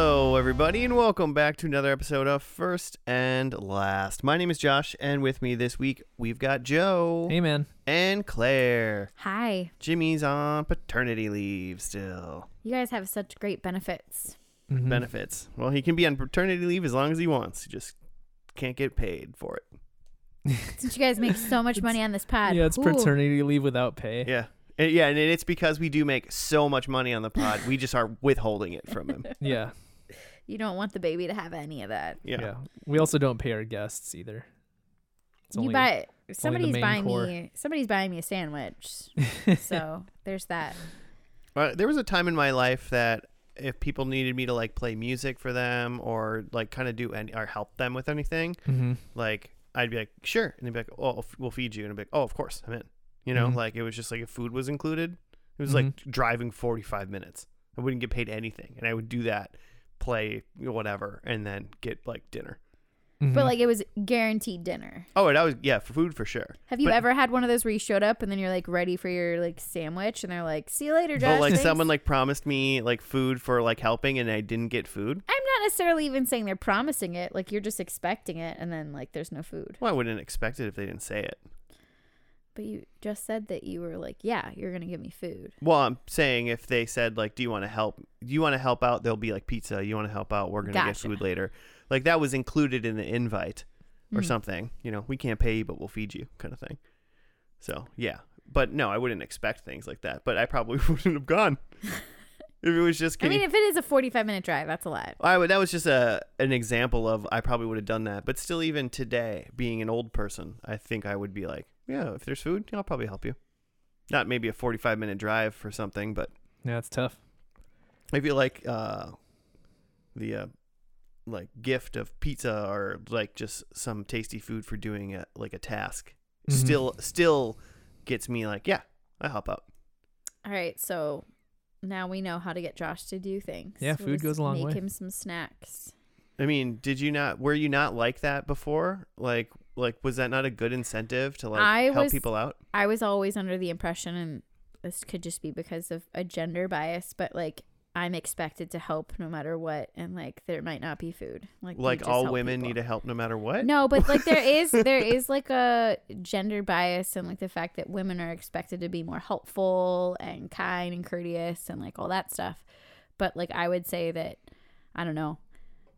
everybody, and welcome back to another episode of First and Last. My name is Josh, and with me this week we've got Joe Hey, man. and Claire. Hi. Jimmy's on paternity leave still. You guys have such great benefits. Mm-hmm. Mhm. Benefits. Well, he can be on paternity leave as long as he wants. He just can't get paid for it. Since you guys make so much money on this pod. Yeah, it's Ooh. paternity leave without pay. Yeah. And- yeah, and it's because we do make so much money on the pod, we just are withholding it from him. Yeah. You don't want the baby to have any of that. Yeah. We also don't pay our guests either. It's you only- buy somebody's main buying core. me somebody's buying me a sandwich. so there's that. Uh, there was a time in my life that if people needed me to like play music for them or like kind of do any or help them with anything, Mhm. like like I'd be like, sure, and they'd be like, oh, f- we'll feed you, and I'd be like, oh, of course, I'm in. You know, Mhm. like it was just like if food was included, it was like driving 45 minutes. I wouldn't get paid anything, and I would do that, play whatever, and then get like dinner. Mm-hmm. But like it was guaranteed dinner. Oh, and I was yeah, for food for sure. Have you But- ever had one of those where you showed up and then you're like ready for your like sandwich and they're like, "See you later, Josh." But like thanks." someone like promised me like food for like helping, and I didn't get food. I'm not necessarily even saying they're promising it. Like you're just expecting it and then like there's no food. Well, I wouldn't expect it if they didn't say it. But you just said that you were like, "Yeah, you're going to give me food." Well, I'm saying if they said like, "Do you want to help? Do you want to help out?" There'll be like pizza. You want to help out? We're gonna get Gotcha. food later. Like that was included in the invite Mm. or something. You know, we can't pay you, but we'll feed you, kind of thing. So yeah, but no, I wouldn't expect things like that. But I probably wouldn't have gone if it was just. I Can mean, you- if it is a 45 minute drive, that's a lot. I would, that was just a an example of I probably would have done that, but still, even today, being an old person, I think I would be like, yeah, if there's food, I'll probably help you. Not maybe a 45 minute drive for something, but yeah, it's tough. I feel like uh, the uh, like gift of pizza or like just some tasty food for doing a, like a task Mhm. Mm-hmm. still still gets me like yeah I help out. All right, so now we know how to get Josh to do things. Yeah, food just goes a long make way. him some snacks. I mean, did you not were you not like that before? Like like was that not a good incentive to like I help was- people out? I was always under the impression, and this could just be because of a gender bias, but like I'm expected to help no matter what, and like there might not be food. Like you Like just all help women people. need to help no matter what. No, but like there is there is like a gender bias and like the fact that women are expected to be more helpful and kind and courteous and like all that stuff. But like I would say that I don't know.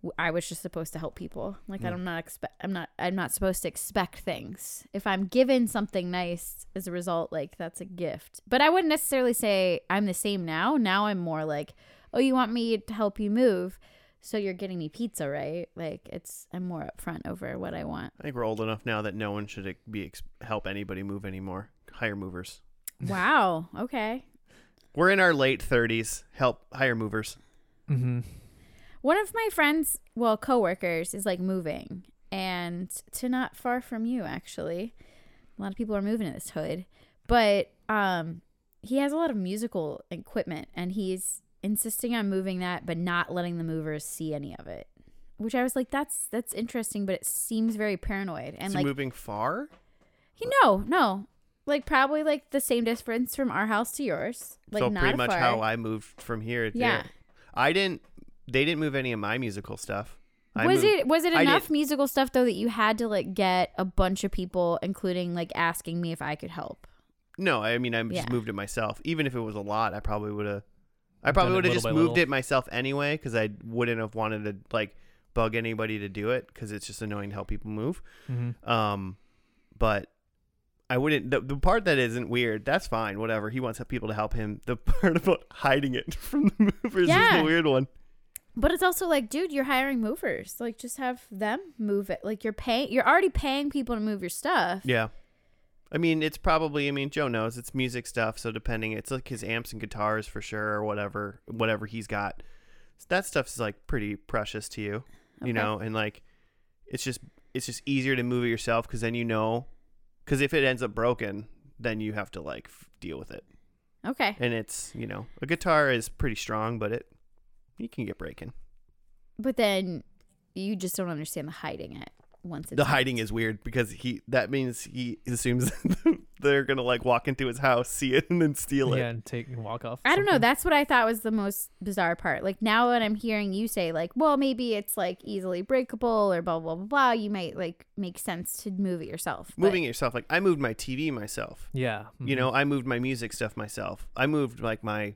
w- I was just supposed to help people. Like I'm not expect I'm not I'm not supposed to expect things. If I'm given something nice as a result, like that's a gift. But I wouldn't necessarily say I'm the same now. Now I'm more like, "Oh, you want me to help you move?" so you're getting me pizza, right? Like it's I'm more upfront over what I want. I think we're old enough now that no one should ex- be ex- help anybody move anymore. Hire movers. Wow. Okay. We're in our late 30s. Help hire movers. Mm-hmm. One of my friends, well, coworkers, is like moving, and to not far from you actually. A lot of people are moving in this hood, but um, he has a lot of musical equipment, and he's insisting on moving that, but not letting the movers see any of it. Which I was like, that's that's interesting, but it seems very paranoid. And Is like he moving far? He no, no. Like probably like the same distance from our house to yours. Like so not pretty much far. how I moved from here. To Yeah. There. I didn't. They didn't move any of my musical stuff. I was moved- it was it I enough did- musical stuff though that you had to like get a bunch of people, including like asking me if I could help? No, I mean I just Yeah. moved it myself. Even if it was a lot, I probably would have. I probably it would have little just by moved little. it myself anyway because I wouldn't have wanted to like bug anybody to do it because it's just annoying to help people move. Mm-hmm. Um, but I wouldn't. The, the part that isn't weird, that's fine. Whatever. He wants people to help him. The part about hiding it from the movers is Yeah. the weird one. But it's also like, dude, you're hiring movers. Like just have them move it. Like you're paying you're already paying people to move your stuff. Yeah. I mean, it's probably. I mean, Joe knows it's music stuff. So depending, it's like his amps and guitars for sure, or whatever, whatever he's got. So that stuff's like pretty precious to you, you Okay. know, and like, it's just it's just easier to move it yourself because then you know, because if it ends up broken, then you have to like f- deal with it. Okay. And it's you know, a guitar is pretty strong, but it you can get breaking. But then you just don't understand the hiding it once it's the hiding is weird because he that means he assumes the, they're gonna like walk into his house, see it, and then steal it. yeah, and take and walk off. I don't know. That's what I thought was the most bizarre part. Like now, when I'm hearing you say, like, well, maybe it's like easily breakable or blah blah blah blah, you might like make sense to move it yourself. But- Mm-hmm. Moving it yourself, like I moved my TV myself. Yeah, You mhm. know, I moved my music stuff myself. I moved like my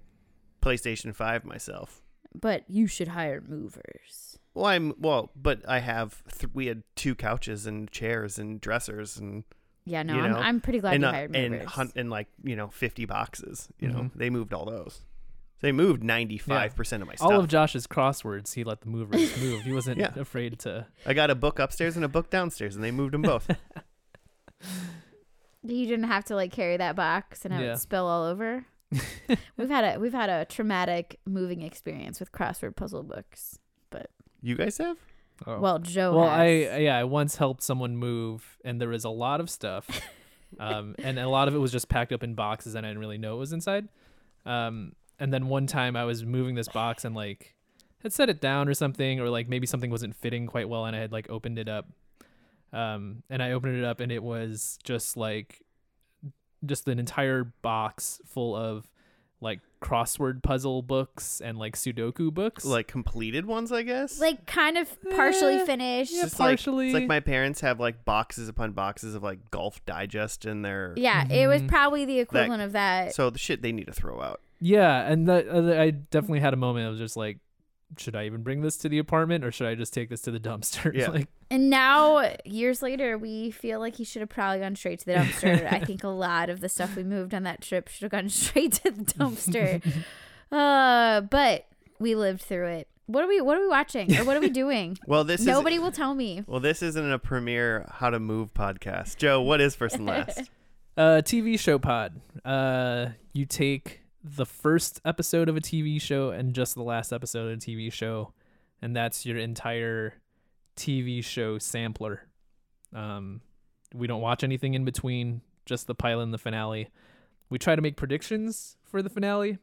PlayStation Five myself. but you should hire movers. Well, I'm well, but I have. Th- we had two couches and chairs and dressers and Yeah, no, You I'm, know, I'm pretty glad and you uh, hired and movers. Mm-hmm. hunt and like you know fifty boxes. You know, Mhm. they moved all those. They moved ninety five percent of my stuff. all of Josh's crosswords, he let the movers move. He wasn't Yeah. afraid to. I got a book upstairs and a book downstairs, and they moved them both. you didn't have to like carry that box and have Yeah. it spill all over. we've had a we've had a traumatic moving experience with crossword puzzle books. you guys have? Oh. Well, Joe. well, I has. yeah, I once helped someone move, and there was a lot of stuff, um, and a lot of it was just packed up in boxes, and I didn't really know what was inside. Um, and then one time I was moving this box and like had set it down or something, or like maybe something wasn't fitting quite well, and I had like opened it up, um, and I opened it up, and it was just like just an entire box full of like crossword puzzle books and like Sudoku books, Like completed ones, I guess. like kind of partially Eh, finished. yeah, Yeah, It's just like- partially. it's like my parents have like boxes upon boxes of like Golf Digest in their it was Mhm. probably the equivalent of that. So the shit they need to throw out. Yeah, and that uh, I definitely had a moment of just like, should I even bring this to the apartment or should I just take this to the dumpster? Yeah. like, And now, years later, we feel like he should have probably gone straight to the dumpster. I think a lot of the stuff we moved on that trip should have gone straight to the dumpster. uh, but we lived through it. What are we? What are we watching? Or what are we doing? Well, this is Nobody will tell me. Well, this isn't a premiere how to move podcast. Joe, what is first and last? uh, TV show pod. Uh, you take the first episode of a TV show and just the last episode of a TV show, and that's your entire TV show sampler. Um, we don't watch anything in between, just the pilot and the finale. We try to make predictions for the finale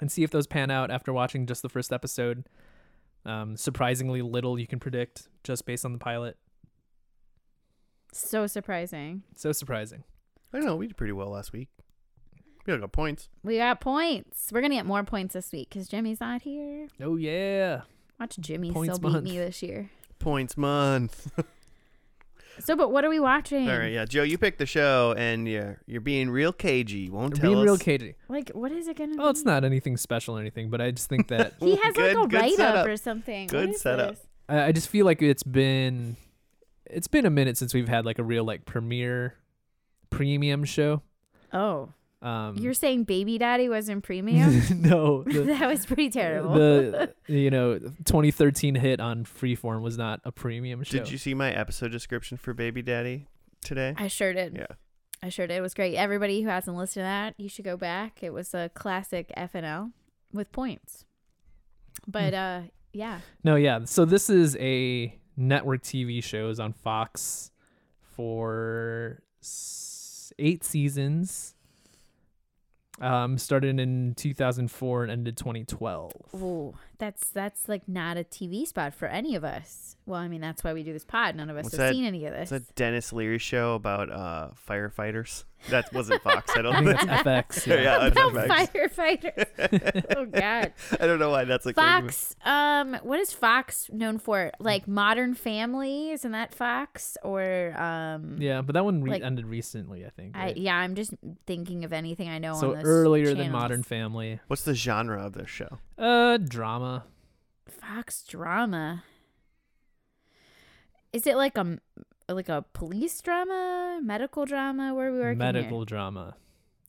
and see if those pan out after watching just the first episode. Um, surprisingly little you can predict just based on the pilot. So surprising. So surprising. I don't know. We did pretty well last week. We all got points. We got points. We're gonna get more points this week because Jimmy's not here. Oh yeah. Watch Jimmy Points still beat month. me this year. Points month. So, but what are we watching? All right, yeah, Joe, you picked the show, and you're you're being real cagey. You Won't tell Being us. real cagey. Like, what is it gonna? Oh, be? it's not anything special or anything, but I just think that He has Good- like a good write up setup. or something. What Good is setup. this? I, I just feel like it's been it's been a minute since we've had like a real like premiere premium show. Oh, Um, Mm. you're saying Baby Daddy was in premium? no, the, that was pretty terrible. the you know 2013 hit on Freeform was not a premium show. Did you see my episode description for Baby Daddy today? I sure did. Yeah, I sure did. It was great. Everybody who hasn't listened to that, you should go back. It was a classic FNL with points. But Mm. uh yeah. No, yeah. So this is a network TV shows on Fox for s- eight seasons. Um, started in 2004 and ended 2012. Ooh, that's that's like not a TV spot for any of us. Well, I mean, that's why we do this pod. None of us What's have that- seen any of this. it's a Dennis Leary show about uh, firefighters. That wasn't Fox. I I don't think think. that's FX. Yeah. Yeah, that's About FX. firefighters. oh god. I don't know why that's like. Fox. Um, what is Fox known for? Like Modern Family, isn't that Fox? Or um, Yeah, but that one re- Like- ended recently, I think. I, right? yeah, I'm just thinking of anything I know. so on those earlier than channels. Modern Family. What's the genre of this show? Uh, drama. Fox drama. Is it like a m- like a police drama, medical drama? Where are we working? here? medical drama.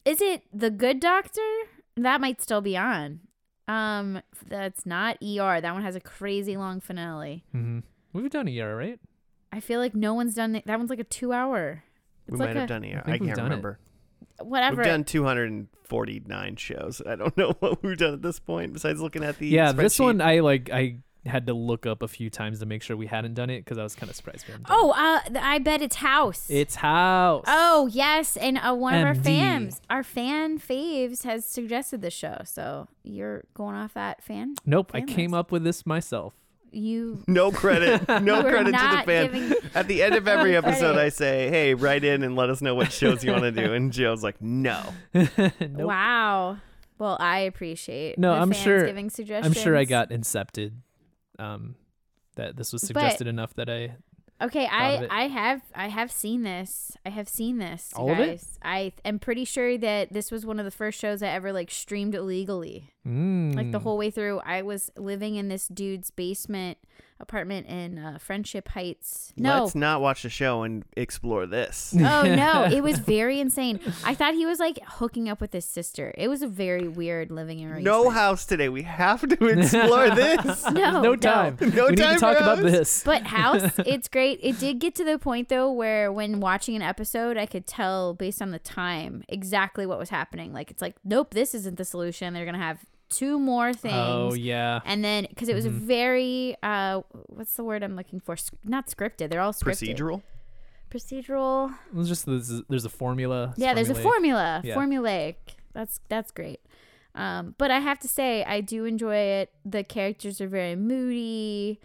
Is it the Good Doctor? That might still be on. Um, that's not ER. That one has a crazy long finale. Mm-hmm. We've done ER, right? I feel like no one's done it. That one's like a two hour. It's we like might a- have done here. I I, think we've can't done it. remember. whatever. We've done 249 shows. I don't know what we've done at this point besides looking at the yeah, this spreadsheet. one I like. I had to look up a few times to make sure we hadn't done it because I was kind of surprised. We hadn't done it. Oh, uh, th- I bet it's House. It's house. oh yes, and uh, one of our MD. fans, our fan faves, has suggested the show. So you're going off that fan? Nope, I Fan came list. up with this myself. you No credit. No We're credit to the not fan. giving- At the end of every episode, Credit. I say, hey, write in and let us know what shows you want to do. And Joe's like, no. Nope. wow. Well, I appreciate. No, the I'm fans sure- Giving I'm suggestions. sure I got incepted. Um, that this was suggested enough that I Okay, of I it. I have I have seen this. I have seen this. you All of it? guys. I am pretty sure that this was one of the first shows I ever like streamed illegally. mm, Like the whole way through, I was living in this dude's basement apartment in uh, Friendship Heights. No, Let's not watch the show and explore this. oh no, it was very insane. I thought he was like hooking up with his sister. It was a very weird living arrangement. No house today. We have to explore this. oh, no, no time. No we need time to talk for about us. this. But House, it's great. It did get to the point though where when watching an episode, I could tell based on the time exactly what was happening. Like it's like, nope, this isn't the solution. They're gonna have two more things. Oh yeah. Mm-hmm. And then, because it was a very, uh, what's the word I'm looking for? Sc- not scripted. They're all scripted. Procedural. Procedural. It was just this, there's a formula. Yeah, there's a formulaic. formula. Yeah. Formulaic. That's that's great. Um, but I have to say, I do enjoy it. The characters are very moody.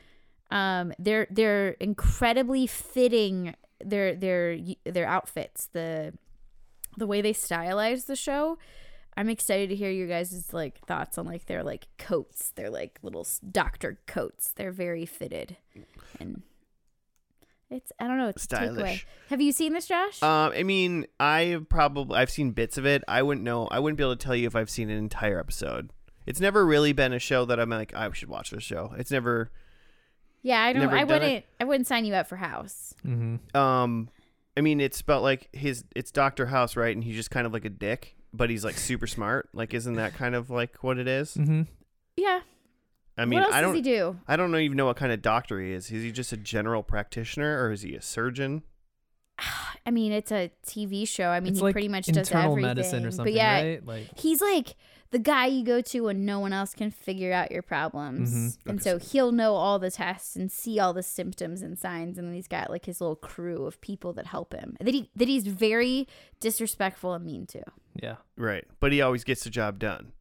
Um, they're they're incredibly fitting. Their their their outfits. The the way they stylize the show. I'm excited to hear your guys' like thoughts on like their like coats. They're like little s- doctor coats. They're very fitted, and it's I don't know. It's a takeaway. Stylish. Have you seen this, Josh? Um, I mean, I probably I've seen bits of it. I wouldn't know. I wouldn't be able to tell you if I've seen an entire episode. It's never really been a show that I'm like I should watch this show. It's never Yeah, I don't. Never I done it. wouldn't. I wouldn't sign you up for House. Mhm. um I mean, it's about like his it's Doctor House, right? And he's just kind of like a dick, but he's like super smart. Like isn't that kind of like what it is? Mhm. Yeah. I mean, what else I does he don't do? I don't know- even know what kind of doctor he is. Is he just a general practitioner or is he a surgeon? I mean, it's a TV show. I mean, It's he like pretty much does internal everything. medicine or something, but yeah, right? Like he's like the guy you go to when no one else can figure out your problems, Mhm. and so he'll know all the tests and see all the symptoms and signs, and then he's got like his little crew of people that help him. That he that he's very disrespectful and mean to. yeah. Right. But he always gets the job done.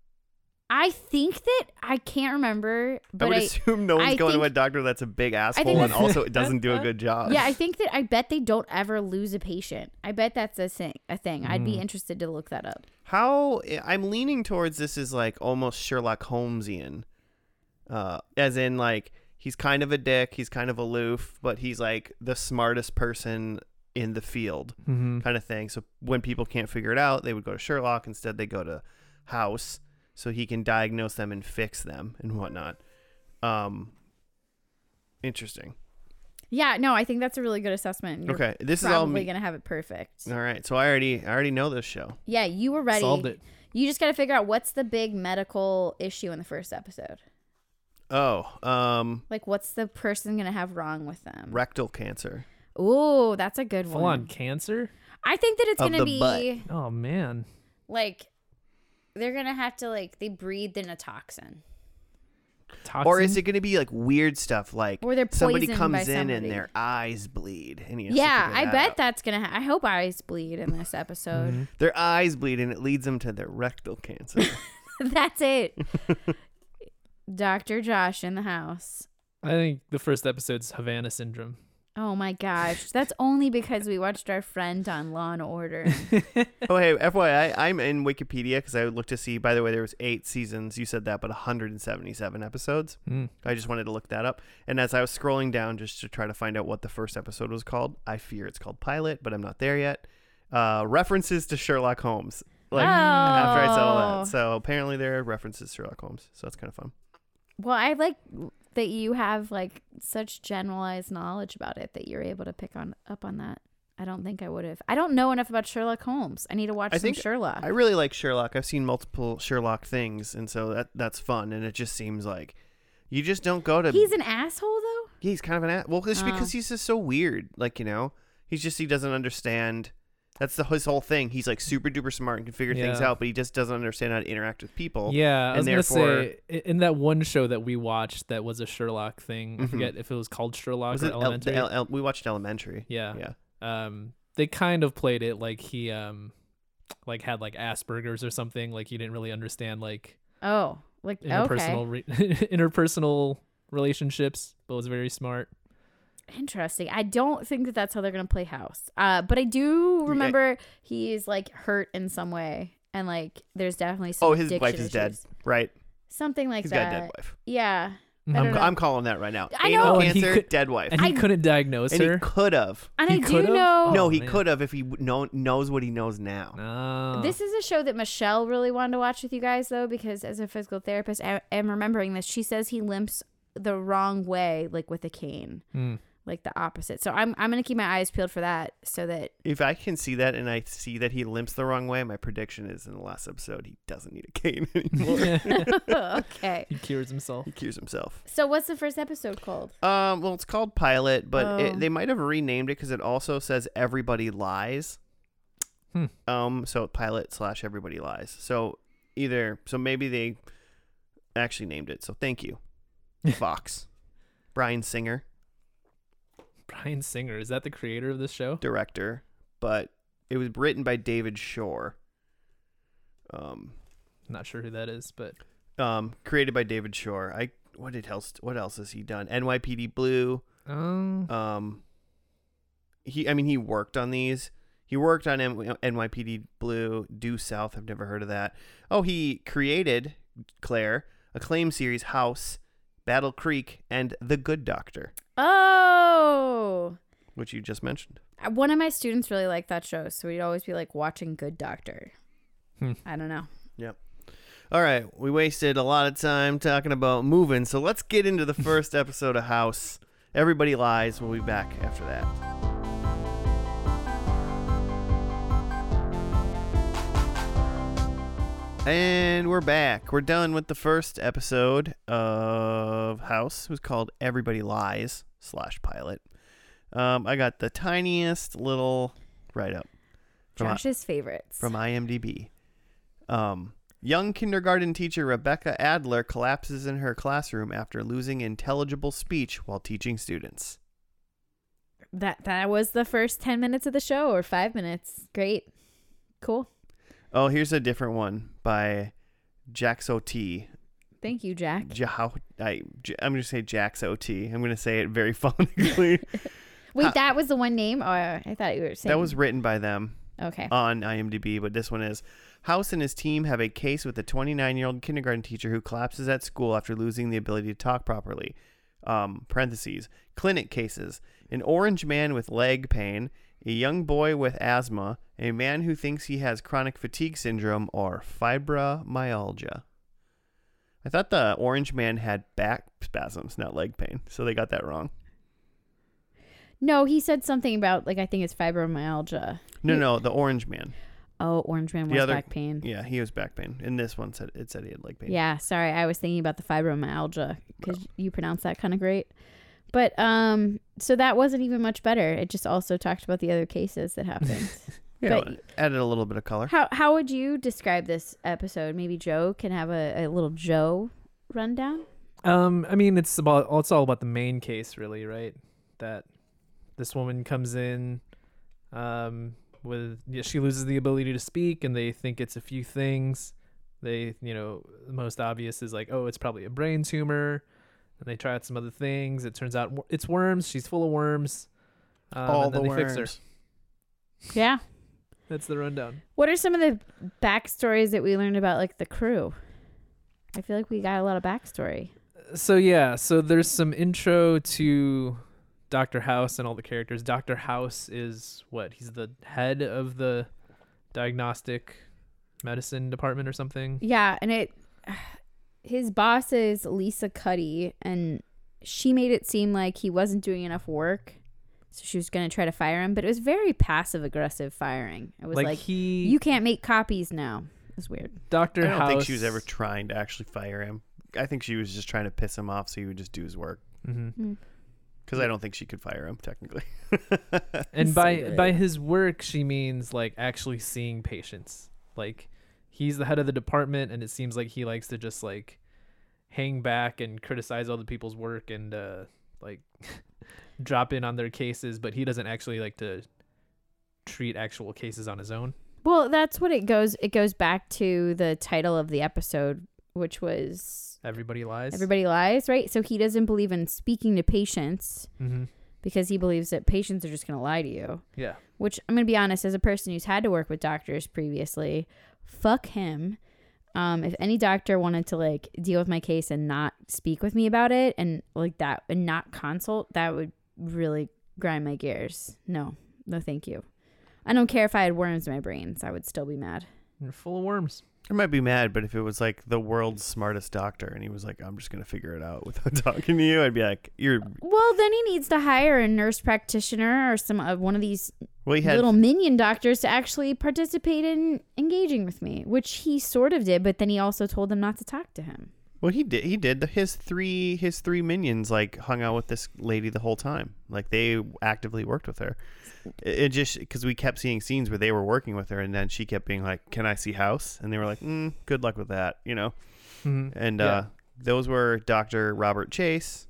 I think that I can't remember, I but would I, assume no one's I going to think- a doctor that's a big asshole that's- and also it doesn't do a good job. yeah, I think that I bet they don't ever lose a patient. I bet that's a thing. A thing. I'd Mm. be interested to look that up. How eh, I'm leaning towards this is like almost Sherlock Holmesian, uh, as in like he's kind of a dick, he's kind of aloof, but he's like the smartest person in the field, Mm-hmm. Mhm. kind of thing. So when people can't figure it out, they would go to Sherlock. Instead, they go to House, so he can diagnose them and fix them and whatnot. Um, interesting. Yeah, no, I think that's a really good assessment. You're Okay, this is all probably me. gonna have it perfect. All right, so I already I already know this show. Yeah, you were ready. Solved it. You just gotta figure out what's the big medical issue in the first episode. Oh, um, Like, what's the person gonna have wrong with them? rectal cancer. Ooh, that's a good Full one. on cancer? I think that it's Of gonna the be butt. Oh man. like they're gonna have to like they breathe in a toxin. Toxin? Or is it going to be like weird stuff like Or they're somebody poisoned comes by in somebody. and their eyes bleed? And he has to Yeah, figure I that bet out. Mm-hmm. that's gonna. Ha- I hope eyes bleed in this episode. their eyes bleed and it leads them to their rectal cancer. That's it. Dr. Josh in the house. I think the first episode's Havana syndrome. Oh my gosh. That's only because we watched our friend on Law and Order. oh, hey, FYI, I'm in Wikipedia because I looked to see. By the way, there was eight seasons. You said that, but 177 episodes. Mm. I just wanted to look that up. And as I was scrolling down just to try to find out what the first episode was called, I fear it's called Pilot, but I'm not there yet. Uh, references to Sherlock Holmes. Like after I said all Oh. that, so apparently there are references to Sherlock Holmes. So that's kind of fun. Well, I like that you have like such generalized knowledge about it that you're able to pick on up on that. I don't think I would have. I don't know enough about Sherlock Holmes. I need to watch I some think Sherlock. I really like Sherlock. I've seen multiple Sherlock things, and so that that's fun. And it just seems like you just don't go to. He's an asshole though. yeah, he's kind of an ass. Well, it's Oh. because he's just so weird. Like you know, he's just he doesn't understand. That's the his whole thing. He's like super duper smart and can figure things Yeah. out, but he just doesn't understand how to interact with people. Yeah, I and was therefore- gonna say i- in that one show that we watched that was a Sherlock thing. I Mhm. forget if it was called Sherlock Was or it El- Elementary. the El- El- we watched Elementary. yeah. Yeah. um they kind of played it like he um like had like asperger's or something like he didn't really understand like Oh, like okay. interpersonal re- interpersonal relationships, but was very smart. Interesting. I don't think that that's how they're gonna play house. Uh, but I do remember he's like hurt in some way, and like there's definitely some Oh, his addiction wife is dead, issues. right? Something like He's that. got a dead wife. Yeah. I I'm, don't know. I'm calling that right now. I Anal know. Oh, and he cancer, could- dead wife. Um, And he I- couldn't diagnose and he her. could have. and He I do could've? know. Oh, no, he man. could have if he w- know, knows what he knows now. No. This is a show that Michelle really wanted to watch with you guys, though, because as a physical therapist, I am remembering this. She says he limps the wrong way, like with a cane, Hmm. like the opposite. So I'm I'm gonna keep my eyes peeled for that, so that If I can see that and I see that he limps the wrong way, my prediction is in the last episode he doesn't need a cane anymore. okay. he cures himself. he cures himself. So what's the first episode called? Um, well, it's called Pilot, but Oh. it, they might have renamed it because it also says Everybody Lies. Hmm. Um, so Pilot slash Everybody Lies. So either, so maybe they actually named it. So thank you, Fox, Brian Singer, Brian Singer is that the creator of this show? director, but it was written by David Shore. Um, Not sure who that is, but um, created by David Shore. I what did else? What else has he done? NYPD Blue. um, Um, he, I mean, he worked on these. He worked on M- NYPD Blue, Due South. I've never heard of that. Oh, he created Claire, acclaimed series House, Battle Creek, and The Good Doctor, Oh, which you just mentioned. Uh, one of my students really liked that show, so we'd always be like watching Good Doctor. Hmm. I don't know. All right, we wasted a lot of time talking about moving, so let's get into the first episode of House. Everybody lies. We'll be back after that. And we're back. We're done with the first episode of House. It was called Everybody Lies slash Pilot. Um, I got the tiniest little write up From- Josh's favorites. from IMDb. Um, young kindergarten teacher Rebecca Adler collapses in her classroom after losing intelligible speech while teaching students. that that was the first ten minutes of the show, or five minutes. Great, cool. Oh, here's a different one by Jax OT. Thank you, Jack. Jah- I, J- I'm going to say Jax OT. I'm going to say it very phonetically. Wait, Huh. that was the one name? Or I thought you were saying Uh, that was uh, written by them okay. on IMDb, but this one is House and his team have a case with a 29 year old kindergarten teacher who collapses at school after losing the ability to talk properly. Um, parentheses, clinic cases, an orange man with leg pain, a young boy with asthma, a man who thinks he has chronic fatigue syndrome or fibromyalgia. I thought the orange man had back spasms, not leg pain, so they got that wrong. No, he said something about like I think it's fibromyalgia. No, He- no, the orange man. Oh, Orange Man The was other- back pain. Yeah. Yeah, he was back pain. In this one, said it said he had leg pain. sorry, I was thinking about the fibromyalgia because you pronounce that kind of great. But um, so that wasn't even much better. It just also talked about the other cases that happened. Yeah, But- added a little bit of color. how how would you describe this episode? Maybe Joe can have a, a little Joe rundown. um, I mean, it's about it's all about the main case, really, right? That this woman comes in, um, with yeah, she loses the ability to speak, and they think it's a few things. They, you know, the most obvious is like, oh, it's probably a brain tumor, and they try out some other things. It turns out wor- it's worms. She's full of worms. Um, All and the then they worms. fix her. Yeah. That's the rundown. What are some of the backstories that we learned about like the crew? I feel like we got a lot of backstory. so yeah, so there's some intro to Doctor House and all the characters. Doctor House is what he's the head of the diagnostic medicine department or something. Yeah, and it his boss is Lisa Cuddy and she made it seem like he wasn't doing enough work. So she was going to try to fire him, but it was very passive aggressive firing. It was Like, like, he, you can't make copies now. It was weird. I Doctor don't House. think she was ever trying to actually fire him. I think she was just trying to piss him off so he would just do his work. hmm Because I don't think she could fire him technically. And He's so by great. by his work, she means like actually seeing patients. Like he's the head of the department, and it seems like he likes to just like hang back and criticize other people's work and uh, like drop in on their cases, but he doesn't actually like to treat actual cases on his own. Well, that's what it goes it goes back to the title of the episode which was Everybody lies. Everybody Lies, right? So he doesn't believe in speaking to patients Mm-hmm. because he believes that patients are just going to lie to you. Yeah. Which I'm going to be honest, as a person who's had to work with doctors previously, fuck him. Um, if any doctor wanted to like deal with my case and not speak with me about it and like that and not consult, that would really grind my gears. No, no, thank you. I don't care if I had worms in my brains, I would still be mad. You're full of worms. I might be mad, but if it was like the world's smartest doctor and he was like, I'm just going to figure it out without talking to you, I'd be like, you're. Well, then he needs to hire a nurse practitioner or some of one of these Well, he had. little minion doctors to actually participate in engaging with me, which he sort of did, but then he also told them not to talk to him. Well, he did. He did. His three his three minions like hung out with this lady the whole time. Like they actively worked with her. It, it just because we kept seeing scenes where they were working with her, and then she kept being like, "Can I see house?" And they were like, mm, "Good luck with that," you know. Mm-hmm. And Yeah. uh, those were Doctor Robert Chase,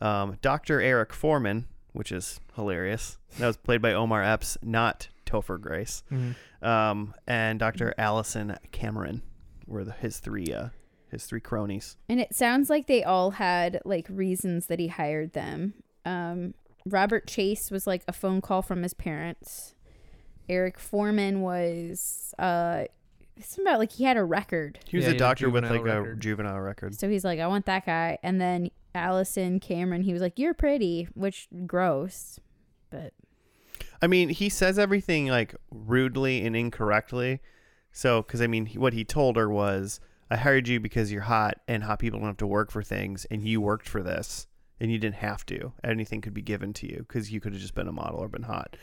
um, Doctor Eric Foreman, which is hilarious. That was played by Omar Epps, not Topher Grace, um, and Doctor Allison Cameron were the, his three uh, his three cronies. And it sounds like they all had like reasons that he hired them. Um, Robert Chase was like a phone call from his parents. Eric Foreman was uh, something about like he had a record, He was Yeah, a he had a doctor with like juvenile a record. juvenile record. so he's like, I want that guy. And then Allison Cameron, he was like, You're pretty, which gross, but I mean, he says everything like rudely and incorrectly. So, because I mean, he- what he told her was, "I hired you because you're hot, and hot people don't have to work for things, and you worked for this, and you didn't have to. Anything could be given to you because you could have just been a model or been hot."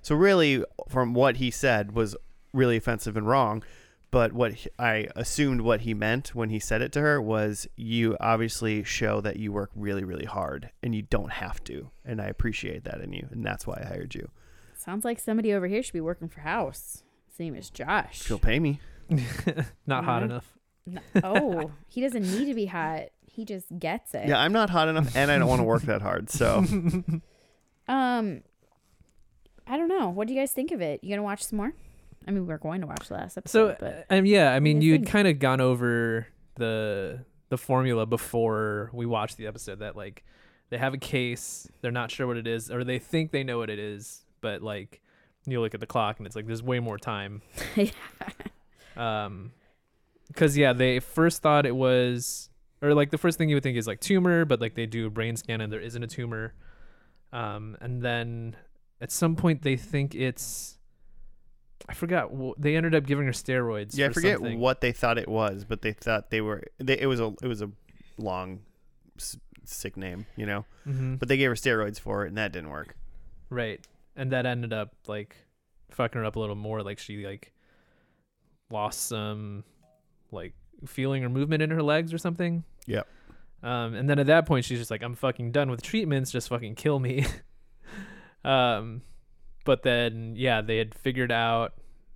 So, really, from what he said was really offensive and wrong. But what he- I assumed what he meant when he said it to her was, "You obviously show that you work really, really hard, and you don't have to, and I appreciate that in you, and that's why I hired you." sounds like somebody over here should be working for House. His name is Josh. She'll pay me. Not hot Mhm. enough. No- oh, he doesn't need to be hot. He just gets it. Yeah, I'm not hot enough, and I don't want to work that hard. So Um, I don't know. What do you guys think of it? You gonna watch some more? I mean, we're going to watch the last So, episode, but um, yeah, I mean, Yes, you and- had kind of gone over the the formula before we watched the episode that like they have a case, they're not sure what it is, or they think they know what it is, but like you look at the clock and it's like there's way more time. Yeah. Um, because yeah, they first thought it was, or like the first thing you would think is like tumor, but like they do a brain scan and there isn't a tumor. Um, and then at some point they think it's, I forgot. wh- They ended up giving her steroids. yeah, I for forget something. what they thought it was, but they thought they were. They, it was a it was a long, s- sick name, you know. Mhm. But they gave her steroids for it, and that didn't work. Right. And that ended up like fucking her up a little more. Like she like lost some like feeling or movement in her legs or something. Yep. Um, and then at that point she's just like, I'm fucking done with treatments, just fucking kill me. um but then yeah, they had figured out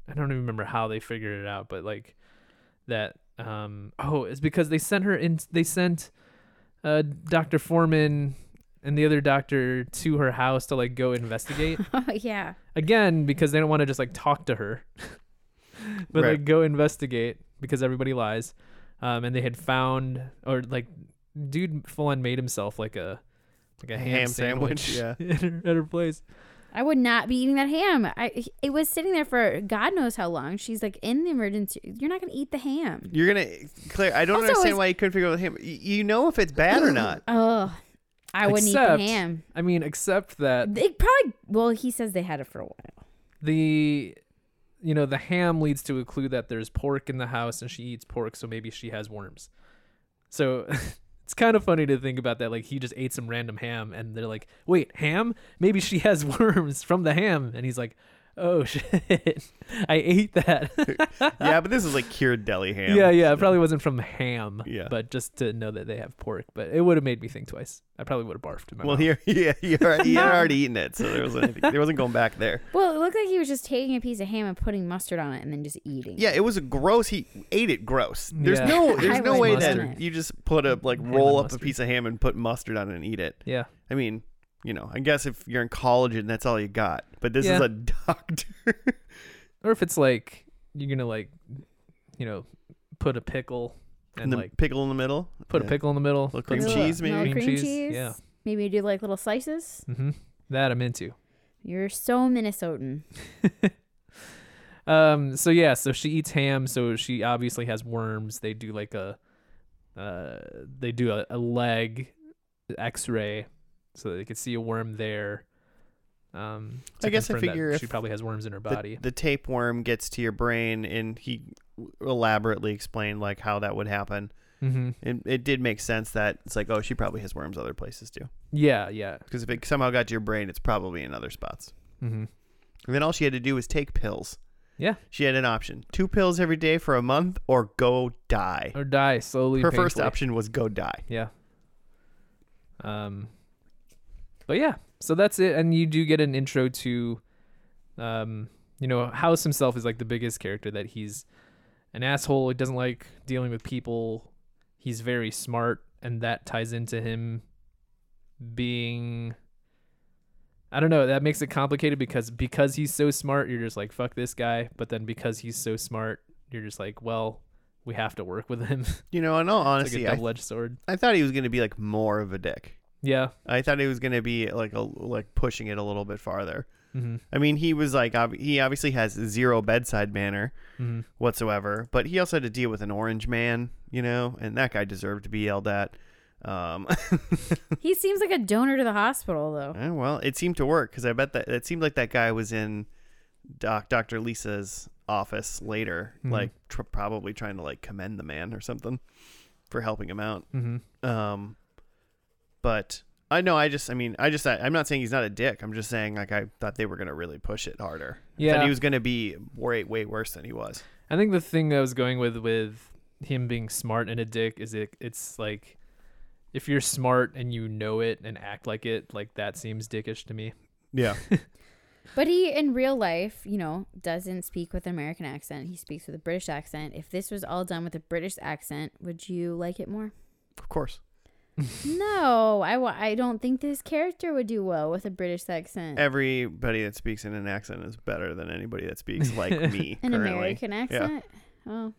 I don't even remember how they figured it out, but like that um oh, it's because they sent her in they sent uh Dr. Foreman and the other doctor to her house to like go investigate oh yeah, again because they don't want to just like talk to her but Right. like go investigate because everybody lies um and they had found or like dude full on made himself like a like a ham, Ham sandwich, sandwich, yeah. at, her, at her place I would not be eating that ham. I it was sitting there for God knows how long. She's like in the emergency. You're not gonna eat the ham. You're gonna Claire. I don't Also, understand is- why you couldn't figure out him. You know if it's bad or not. Oh, I wouldn't Except- eat the ham. i mean except that They probably well, he says they had it for a while. the you know the ham leads to a clue that there's pork in the house and she eats pork so maybe she has worms so it's kind of funny to think about that like he just ate some random ham and they're like wait ham maybe she has worms from the ham and he's like oh shit i ate that yeah, but this is like cured deli ham. yeah yeah it probably wasn't from ham Yeah. but just to know that they have pork but it would have made me think twice i probably would have barfed in my Well, mouth. here, yeah, you already, you had already eaten it, so there wasn't anything, there wasn't going back there. Well, it looked like he was just taking a piece of ham and putting mustard on it and then just eating. Yeah, it was a gross. He ate it gross. There's Yeah. no, I there's no would way want that it. you just put a like Ham roll and up mustard. a piece of ham and put mustard on it and eat it. yeah I mean, you know, I guess if you're in college and that's all you got, but this is Yeah. a doctor. or if it's like you're gonna like you know put a pickle and and the like pickle in the middle. put a Yeah. pickle in the middle. Little put cream some- Little- cheese, little maybe? Cream cheese. Yeah. Maybe you do like little slices. hmm That I'm into. You're so Minnesotan. Um. So yeah. So she eats ham. So she obviously has worms. They do like a, uh, they do a, a leg X-ray, so they could see a worm there. Um. to I guess I confirm that figure if she probably has worms in her The- body. The, tapeworm gets to your brain, and he elaborately explained like how that would happen. mm-hmm. It, it did make sense that it's like, oh, she probably has worms other places too. Yeah. Yeah. Because if it somehow got to your brain, it's probably in other spots. Mm-hmm. And then all she had to do was take pills. Yeah. She had an option: two pills every day for a month, or go die. Or die slowly. Her first painfully. option was go die. Yeah. Um but yeah, so that's it and you do get an intro to um you know, House himself is like the biggest character that he's an asshole, he doesn't like dealing with people. He's very smart and that ties into him being I don't know, that makes it complicated because because he's so smart, you're just like fuck this guy, but then because he's so smart, you're just like, well, we have to work with him. it's You know, in all like honesty, a I, double-edged sword. I thought he was going to be like more of a dick. Yeah. I thought he was going to be like a, like pushing it a little bit farther. Mm-hmm. I mean, he was like ob- he obviously has zero bedside manner Mhm. whatsoever, but he also had to deal with an orange man, you know, and that guy deserved to be yelled at. Um, he seems like a donor to the hospital, though. eh, well, it seemed to work because I bet that it seemed like that guy was in Doc Doctor Lisa's office later, Mhm. like tr- probably trying to like commend the man or something for helping him out. Mm-hmm. Um, but I know I just I mean I just I, I'm not saying he's not a dick. I'm just saying like I thought they were gonna really push it harder. Yeah. that he was gonna be way way worse than he was. I think the thing that I was going with with him being smart and a dick is it it's like if you're smart and you know it and act like it, like that seems dickish to me. Yeah, But he, in real life, you know, doesn't speak with an American accent. He speaks with a British accent. If this was all done with a British accent, would you like it more? of course. no, I, wa- I don't think this character would do well with a British accent. Everybody that speaks in an accent is better than anybody that speaks like me An currently. American accent? Oh.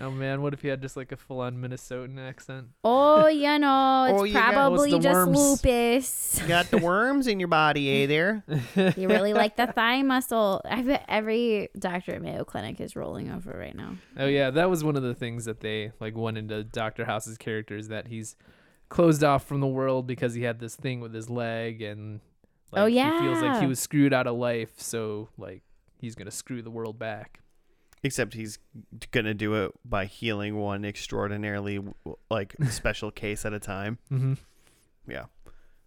Oh man, what if he had just like a full on Minnesotan accent? Oh, you know, it's Oh, you know, it's probably the just worms. lupus. You got the worms in your body, eh? There. You really like the thigh muscle. I bet every doctor at Mayo Clinic is rolling over right now. Oh yeah, that was one of the things that they like went into Doctor House's character is that he's closed off from the world because he had this thing with his leg and like Oh, he feels like he yeah. was screwed out of life, so like he's gonna screw the world back. Except he's gonna do it by healing one extraordinarily like special case at a time. Mm-hmm. Yeah.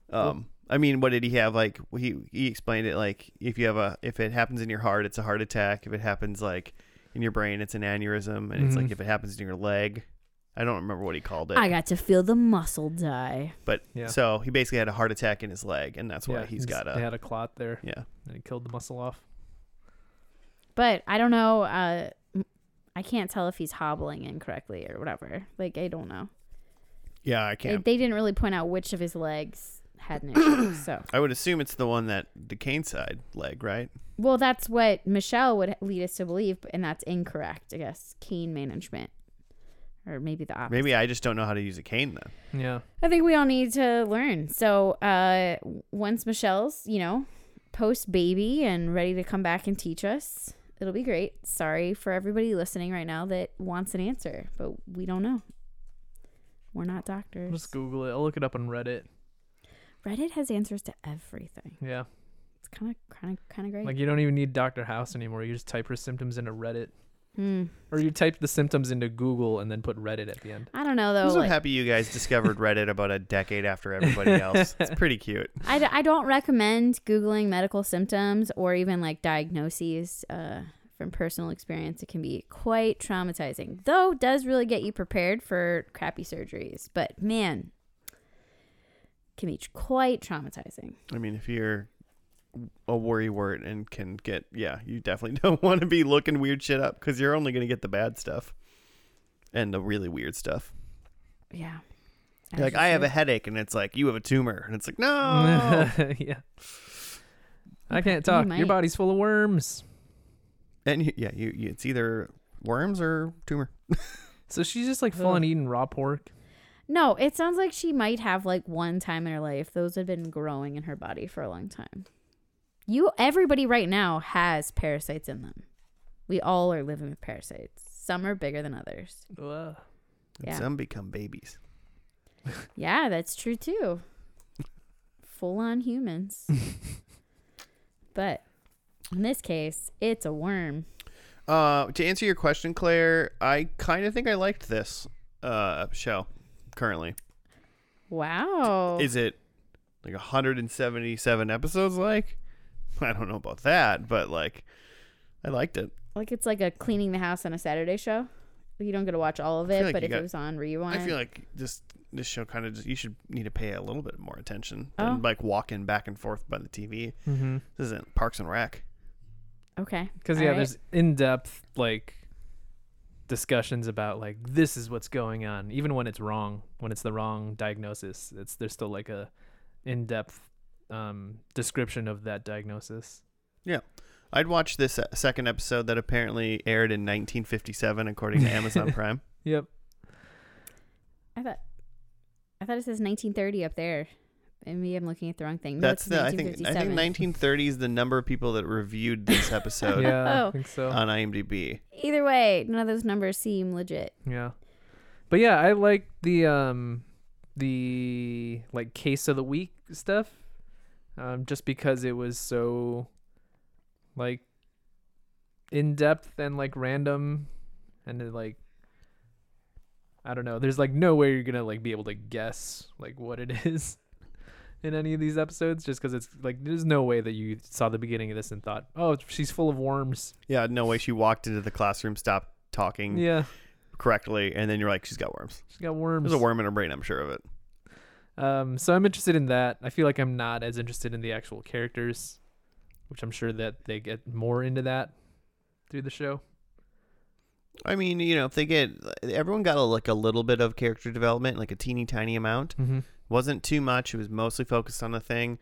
Well- Um, I mean, what did he have? Like he he explained it like if you have a if it happens in your heart, it's a heart attack. If it happens like in your brain, it's an aneurysm, and it's like Mhm. if it happens in your leg, I don't remember what he called it. I got to feel the muscle die. but Yeah. so he basically had a heart attack in his leg, and that's why he's got They a had a clot there. yeah. and it killed the muscle off. But I don't know. Uh, m- I can't tell if he's hobbling incorrectly or whatever. Like, I don't know. Yeah, I They, can't. they didn't really point out which of his legs had an issue. so, I would assume it's the one that the cane side leg, right? well, that's what Michelle would lead us to believe, and that's incorrect, I guess. Cane management. Or maybe the opposite. Maybe I just don't know how to use a cane then. Yeah. I think we all need to learn. So uh, once Michelle's, you know, post baby and ready to come back and teach us, it'll be great. Sorry for everybody listening right now that wants an answer, but we don't know. We're not doctors. Just Google it. I'll look it up on Reddit. Reddit has answers to everything. Yeah. It's kind of kind of kind of great. Like you don't even need Dr. House anymore. You just type her symptoms into Reddit. Hmm. Or you type the symptoms into Google and then put Reddit at the end. I don't know I'm though. so like- happy you guys discovered Reddit about a decade after everybody else. it's pretty cute. I, d- I don't recommend Googling medical symptoms or even like diagnoses uh, from personal experience. It can be quite traumatizing, though, it does really get you prepared for crappy surgeries. But man, can be quite traumatizing. I mean, if you're a worrywart and can get, yeah, you definitely don't want to be looking weird shit up because you're only going to get the bad stuff and the really weird stuff. Yeah. You're like, I have a headache, and it's like, you have a tumor. And it's like, no. yeah. I can't talk. might. Your body's full of worms. and you, yeah, you, you, it's either worms or tumor. So she's just like full on eating raw pork. No, it sounds like she might have like one time in her life. Those have been growing in her body for a long time. You, everybody right now has parasites in them. We all are living with parasites. Some are bigger than others. Ugh. And Yeah. some become babies. Yeah, that's true too. Full on humans. but in this case, it's a worm. Uh, to answer your question, Claire, I kind of think I liked this uh, show currently. Wow. Is it like 177 episodes like? I don't know about that, but like I liked it. like it's like a cleaning the house on a Saturday show. You don't get to watch all of I it, feel like but you if got- it was on I rewind, feel like this this show kind of just you should need to pay a little bit more attention than Oh. like walking back and forth by the TV. Mm-hmm. This isn't Parks and Rec. okay. Because All yeah, right. there's in-depth like discussions about like this is what's going on, even when it's wrong, when it's the wrong diagnosis. It's there's still like a in-depth um, description of that diagnosis. I'd watch this uh, second episode that apparently aired in 1957 according to Amazon Prime. Yep. I thought I thought it says 1930 up there. Maybe I'm looking at the wrong thing. No, That's it's the I think I think 1957. 1930 is the number of people that reviewed this episode Yeah, I Oh. think so. on IMDb. Either way, none of those numbers seem legit. yeah. But yeah, I like the um the like case of the week stuff, um, just because it was so like in depth and like random, and it, like I don't know. There's like no way you're gonna like be able to guess like what it is in any of these episodes, just because it's like there's no way that you saw the beginning of this and thought, oh, she's full of worms. Yeah, no way she walked into the classroom, stopped talking Yeah, correctly, and then you're like, she's got worms. she's got worms. There's a worm in her brain, I'm sure of it. Um, so I'm interested in that. I feel like I'm not as interested in the actual characters, which I'm sure that they get more into that through the show. I mean, you know, if they get everyone got a, like a little bit of character development, like a teeny tiny amount. Mm-hmm. wasn't too much. It was mostly focused on the thing,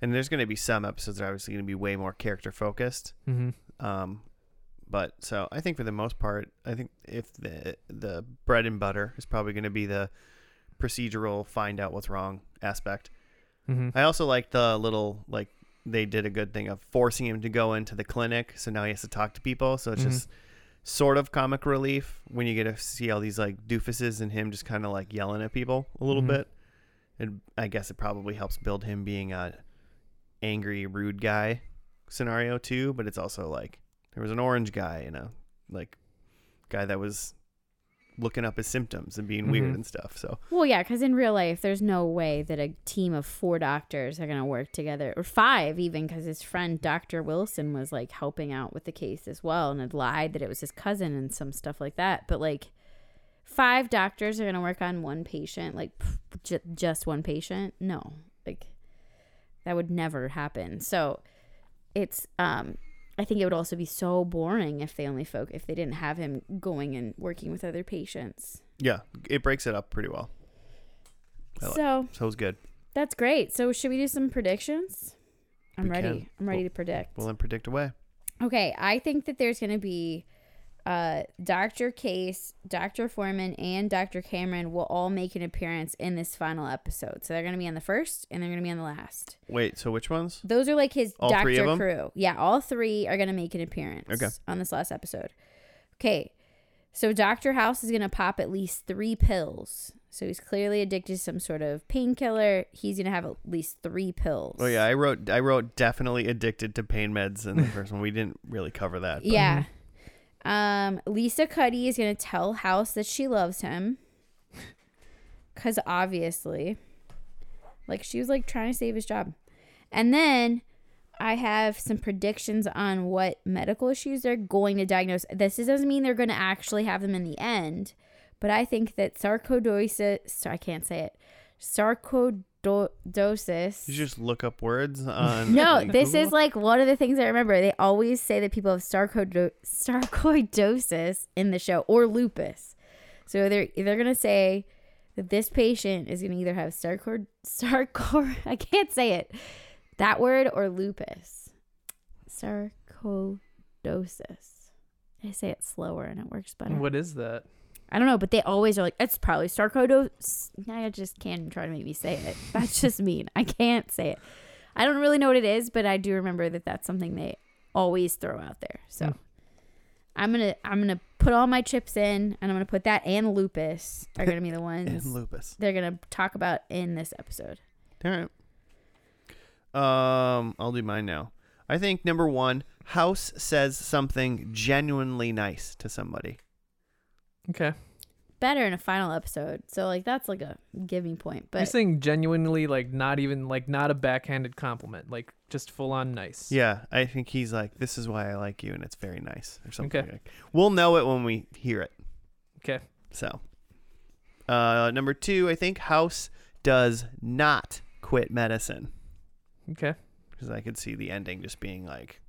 and there's going to be some episodes that are obviously going to be way more character focused. Mm-hmm. Um, but so I think for the most part, I think if the the bread and butter is probably going to be the procedural find out what's wrong aspect. Mm-hmm. I also like the little like they did a good thing of forcing him to go into the clinic, so now he has to talk to people. So it's Mhm. just sort of comic relief when you get to see all these like doofuses and him just kind of like yelling at people a little Mhm. bit. And I guess it probably helps build him being a angry, rude guy scenario too. But it's also like there was an orange guy and a like guy that was looking up his symptoms and being weird Mhm. and stuff. So Well, yeah, because in real life, there's no way that a team of four doctors are going to work together, or five even, because his friend Dr. Wilson was like helping out with the case as well and had lied that it was his cousin and some stuff like that. But like, five doctors are going to work on one patient, like pff, ju- just one patient. No, like that would never happen. So it's, um, I think it would also be so boring if they only folk if they didn't have him going and working with other patients. yeah, it breaks it up pretty well. I like- so So it was good. That's great. So should we do some predictions? I'm We ready. can. I'm ready Well- to predict. Well, then predict away. okay, I think that there's going to be uh, Dr. Case, Dr. Foreman, and Dr. Cameron will all make an appearance in this final episode. So they're going to be on the first and they're going to be on the last. Wait, so which ones? Those are like his All Doctor three of 'em? crew. Yeah, all three are gonna make an appearance Okay. on this last episode. Okay. So Doctor House is gonna pop at least three pills. So he's clearly addicted to some sort of painkiller. He's gonna have at least three pills. Oh yeah, I wrote I wrote definitely addicted to pain meds in the first one. We didn't really cover that. but- Yeah. Um, Lisa Cuddy is gonna tell House that she loves him. Cause obviously. Like she was like trying to save his job. And then I have some predictions on what medical issues they're going to diagnose. This doesn't mean they're gonna actually have them in the end, but I think that sarcoidosis so I can't say it. Sarcoidosis You just look up words on no, on this is Google? like one of the things I remember. They always say that people have sarcoido- sarcoidosis in the show or lupus. So they're they're gonna say that this patient is gonna either have sarcoid sarcor I can't say it that word or lupus sarcoidosis. I say it slower and it works better. What is that? I don't know, but they always are like, it's probably sarcoidosis. I just can't try to make me say it. That's just mean. I can't say it. I don't really know what it is, but I do remember that that's something they always throw out there. So Hmm. I'm gonna I'm gonna put all my chips in, and I'm gonna put that and lupus are gonna be the ones and lupus. they're gonna talk about in this episode. All right. Um, I'll do mine now. I think number one, House says something genuinely nice to somebody. Okay. Better in a final episode, so like that's like a giving point. You're But saying genuinely, like not even like not a backhanded compliment, like just full on nice. Yeah, I think he's like, "This is why I like you," and it's very nice or something. Okay. Like We'll know it when we hear it. Okay. So, uh, number two, I think House does not quit medicine Okay. because I could see the ending just being like,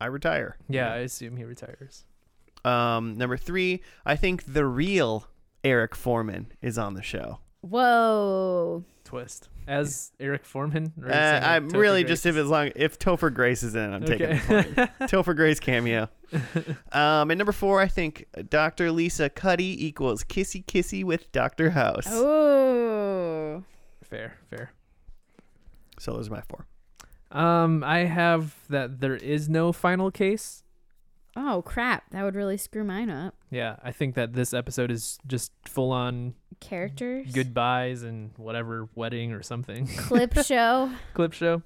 "I retire." Yeah, I assume he retires. Um, number three, I think the real Eric Foreman is on the show. whoa, Twist as Eric Foreman. Or is Uh, it I'm Topher really just if Grace? as long if Topher Grace is in, I'm taking the point. okay. Topher Grace cameo. Um, and number four, I think Dr. Lisa Cuddy equals kissy kissy with Dr. House. oh, fair, fair. So those are my four. Um, I have that there is no final case. oh crap, that would really screw mine up. Yeah, I think that this episode is just full on Characters, goodbyes and whatever wedding or something clip show. clip show.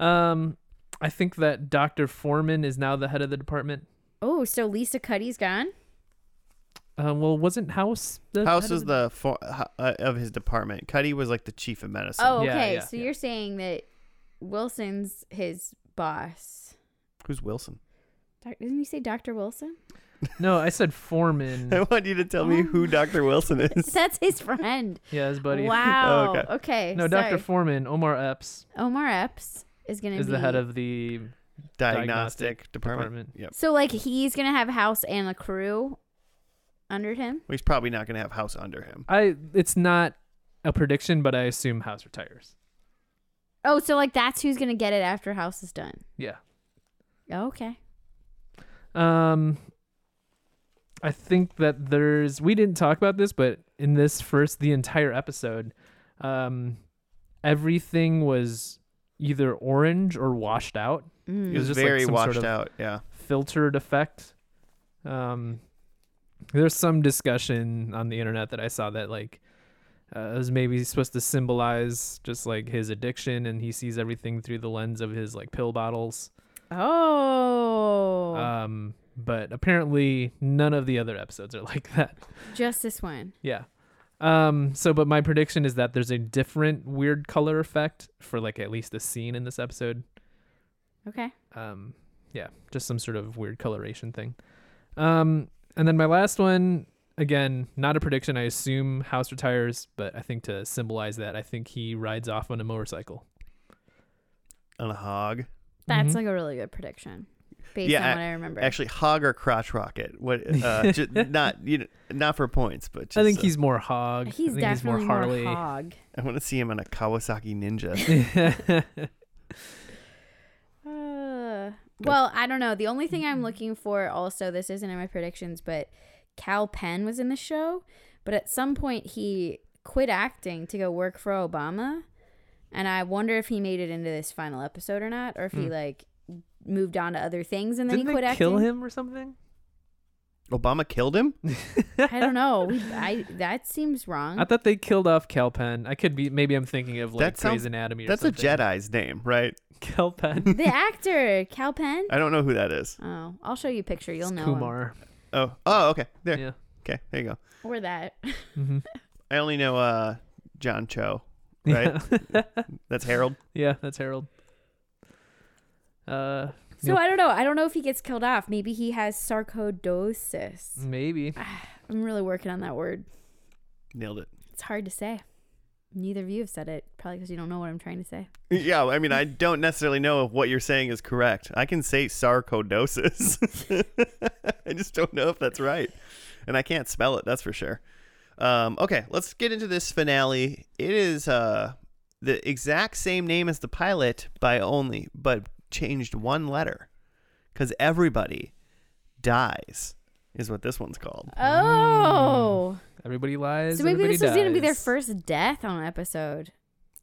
Um, I think that Doctor Foreman is now the head of the department. Oh, so Lisa Cuddy's gone. Uh, well, wasn't House the House head of was the for, uh, of his department. Cuddy was like the chief of medicine. Oh, Yeah, okay. yeah, so yeah. you're saying that Wilson's his boss. Who's Wilson? Doc- Didn't you say Dr. Wilson? No, I said I Foreman. want you to tell me Oh. who Dr. Wilson is. That's his friend. yeah, his buddy. Wow. Oh, okay. okay. No, sorry. Doctor Foreman, Omar Epps Omar Epps is gonna is be the head of the Diagnostic department. department. Yep. So like he's gonna have a house and a crew under him. Well, he's probably not going to have House under him. I it's not a prediction, but I assume House retires. Oh, so like that's who's gonna get it after House is done. Yeah. Okay. Um I think that there's we didn't talk about this, but in this first the entire episode, um everything was either orange or washed out, He Mm. was, was Hmm. just, like, very some sort washed of- out. Yeah. filtered effect. Um there's some discussion on the internet that I saw that like uh, it was maybe supposed to symbolize just like his addiction and he sees everything through the lens of his like pill bottles. Oh, Um, but apparently none of the other episodes are like that. just this one. Yeah. Um, so but my prediction is that there's a different weird color effect for like at least a scene in this episode. Okay. Um, yeah, just some sort of weird coloration thing. Um, and then my last one, again, not a prediction. I assume House retires, but I think to symbolize that, I think he rides off on a motorcycle. On a hog. That's Mhm. like a really good prediction, based Yeah, on I- what I remember. Actually, hog or crotch rocket. What? Uh, ju- not you know, not for points, but just, I think uh, he's more hog. he's I think he's more definitely more, Harley. hog. I want to see him on a Kawasaki Ninja. Uh, well, I don't know. The only thing Mm-hmm. I'm looking for, also, this isn't in my predictions, but Cal Penn was in the show, but at some point he quit acting to go work for Obama, and I wonder if he made it into this final episode or not, or if he Hmm. like moved on to other things and then Didn't he quit they acting. kill him or something? Obama killed him. I don't know. We, I that seems wrong. I thought they killed off Kelpen. I could be maybe I'm thinking of like That sounds- Grey's Anatomy. Or That's a something. Jedi's name, right? Kelpen. the actor Cal Penn. I don't know who that is. Oh, I'll show you a picture. You'll It's know him. Kumar. Oh, oh, okay. There. Yeah. Okay, there you go. or that. Mm-hmm. I only know uh, John Cho. Right? Yeah. That's Harold. yeah, that's Harold. Uh, So Yep. I don't know. I don't know if he gets killed off. Maybe he has sarcoidosis. maybe. I'm really working on that word. Nailed it. It's hard to say. Neither of you have said it, probably because you don't know what I'm trying to say. Yeah, I mean, I don't necessarily know if what you're saying is correct. I can say sarcoidosis. I just don't know if that's right. And I can't spell it, that's for sure. Um, okay, let's get into this finale. It is uh, the exact same name as the pilot by only, but changed one letter because everybody dies is what this one's called. Oh. Everybody lies. So maybe everybody this was going to be their dies. first death on an episode.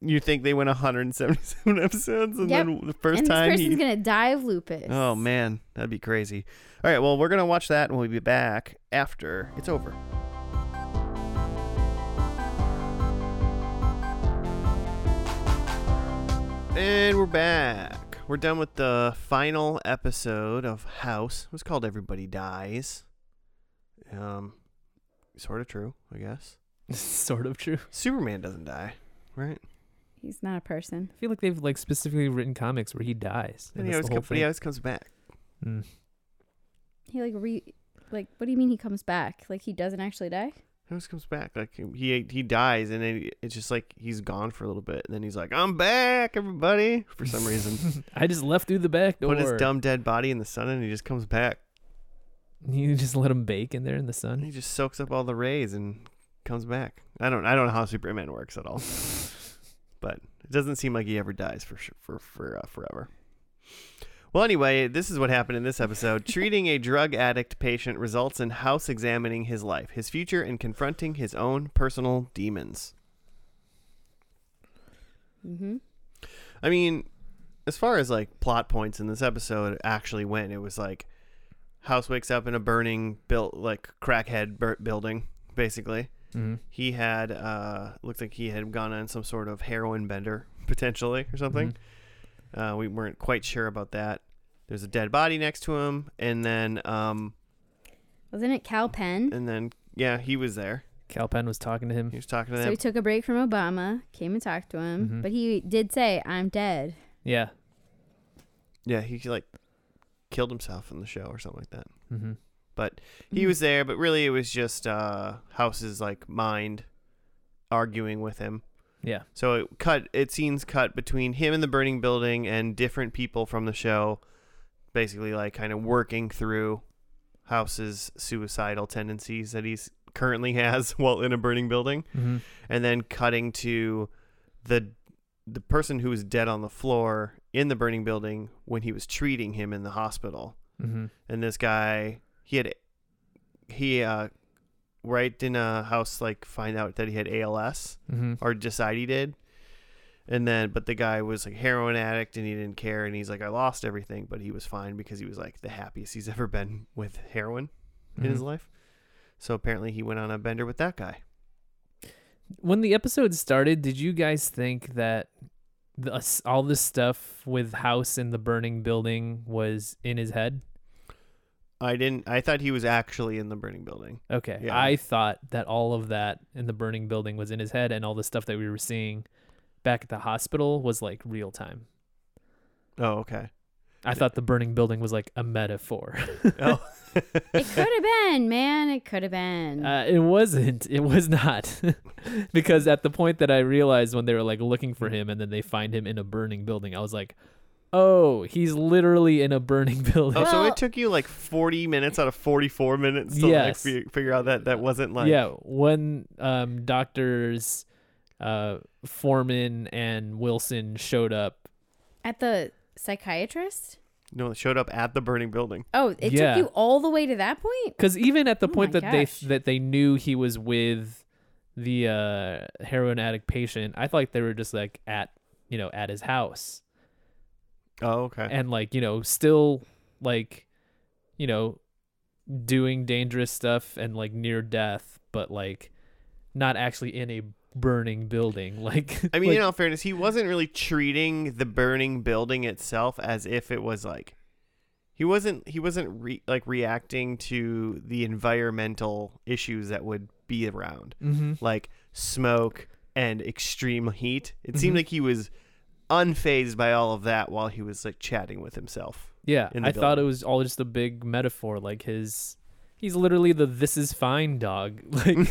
You think they went 177 episodes, and Yep. then the first and this time person's he going to die of lupus. Oh man, that'd be crazy. All right, well, we're going to watch that and we'll be back after it's over. And we're back. We're done with the final episode of House. It was called Everybody Dies. Um sort of true, I guess. sort of true. Superman doesn't die, right? He's not a person. I feel like they've like specifically written comics where he dies. And he that's always, the whole comes, he thing. always comes back. Mm. He like re like what do you mean he comes back? Like he doesn't actually die? He always comes back. Like um, he he dies, and then it's just like he's gone for a little bit, and then he's like, "I'm back, everybody!" For some reason, I just left through the back door. put his dumb dead body in the sun, and he just comes back. You just let him bake in there in the And sun. he just soaks up all the rays and comes back. I don't I don't know how Superman works at all, but it doesn't seem like he ever dies for sure, for for uh, forever. Well, anyway, this is what happened in this episode. Treating a drug addict patient results in House examining his life, his future, and confronting his own personal demons. Mm-hmm. I mean, as far as like plot points in this episode actually went, it was like House wakes up in a burning built like crackhead bur- building. Basically, Mhm. he had uh looked like he had gone on some sort of heroin bender potentially or something. Mm-hmm. Uh, we weren't quite sure about that. There's a dead body next to him, and then um Wasn't it Cal Penn? and then yeah, he was there. Cal Penn was talking to him. He was talking to So them. he took a break from Obama, came and talked to him, Mm-hmm. Mhm. but he did say, "I'm dead." Yeah. yeah, he like killed himself in the show or something like that. hmm but he Mm. was there but really it was just uh house's like mind arguing with him Yeah. so it cut it scenes cut between him and the burning building and different people from the show basically like kind of working through house's suicidal tendencies that he's currently has while in a burning building hmm and then cutting to the the person who was dead on the floor in the burning building when he was treating him in the hospital hmm and this guy he had he uh right in a house like find out that he had ALS hmm or decide he did and then but the guy was like heroin addict and he didn't care and he's like I lost everything but he was fine because he was like the happiest he's ever been with heroin in Mhm. his life so apparently he went on a bender with that guy When the episode started, did you guys think that the, us- all this stuff with House and the burning building was in his head? I didn't I thought he was actually in the burning building Okay. Yeah. I thought that all of that in the burning building was in his head and all the stuff that we were seeing back at the hospital was like real time. oh okay I thought the burning building was like a metaphor. oh It could have been, man. It could have been. Uh, it wasn't. It was not. because at the point that I realized when they were like looking for him and then they find him in a burning building, I was like, oh, he's literally in a burning building. Oh, so Well- it took you like 40 minutes out of 44 minutes to Yes. like fi- figure out that that wasn't like yeah. When um, doctors uh, Foreman and Wilson showed up, At the psychiatrist? No, it showed up at the burning building. Oh, it Yeah. took you all the way to that point? because even at the Oh point my that they gosh. that they knew he was with the uh, heroin addict patient, I thought they were just like at you know at his house. Oh, okay. and like you know still like you know doing dangerous stuff and like near death but like not actually in a burning building like I mean, like, in all fairness, he wasn't really treating the burning building itself as if it was like he wasn't he wasn't re- like reacting to the environmental issues that would be around, mhm. like smoke and extreme heat. It seemed Mhm. like he was unfazed by all of that while he was like chatting with himself. yeah in the i thought it building. was all just a big metaphor like his he's literally the this is fine dog like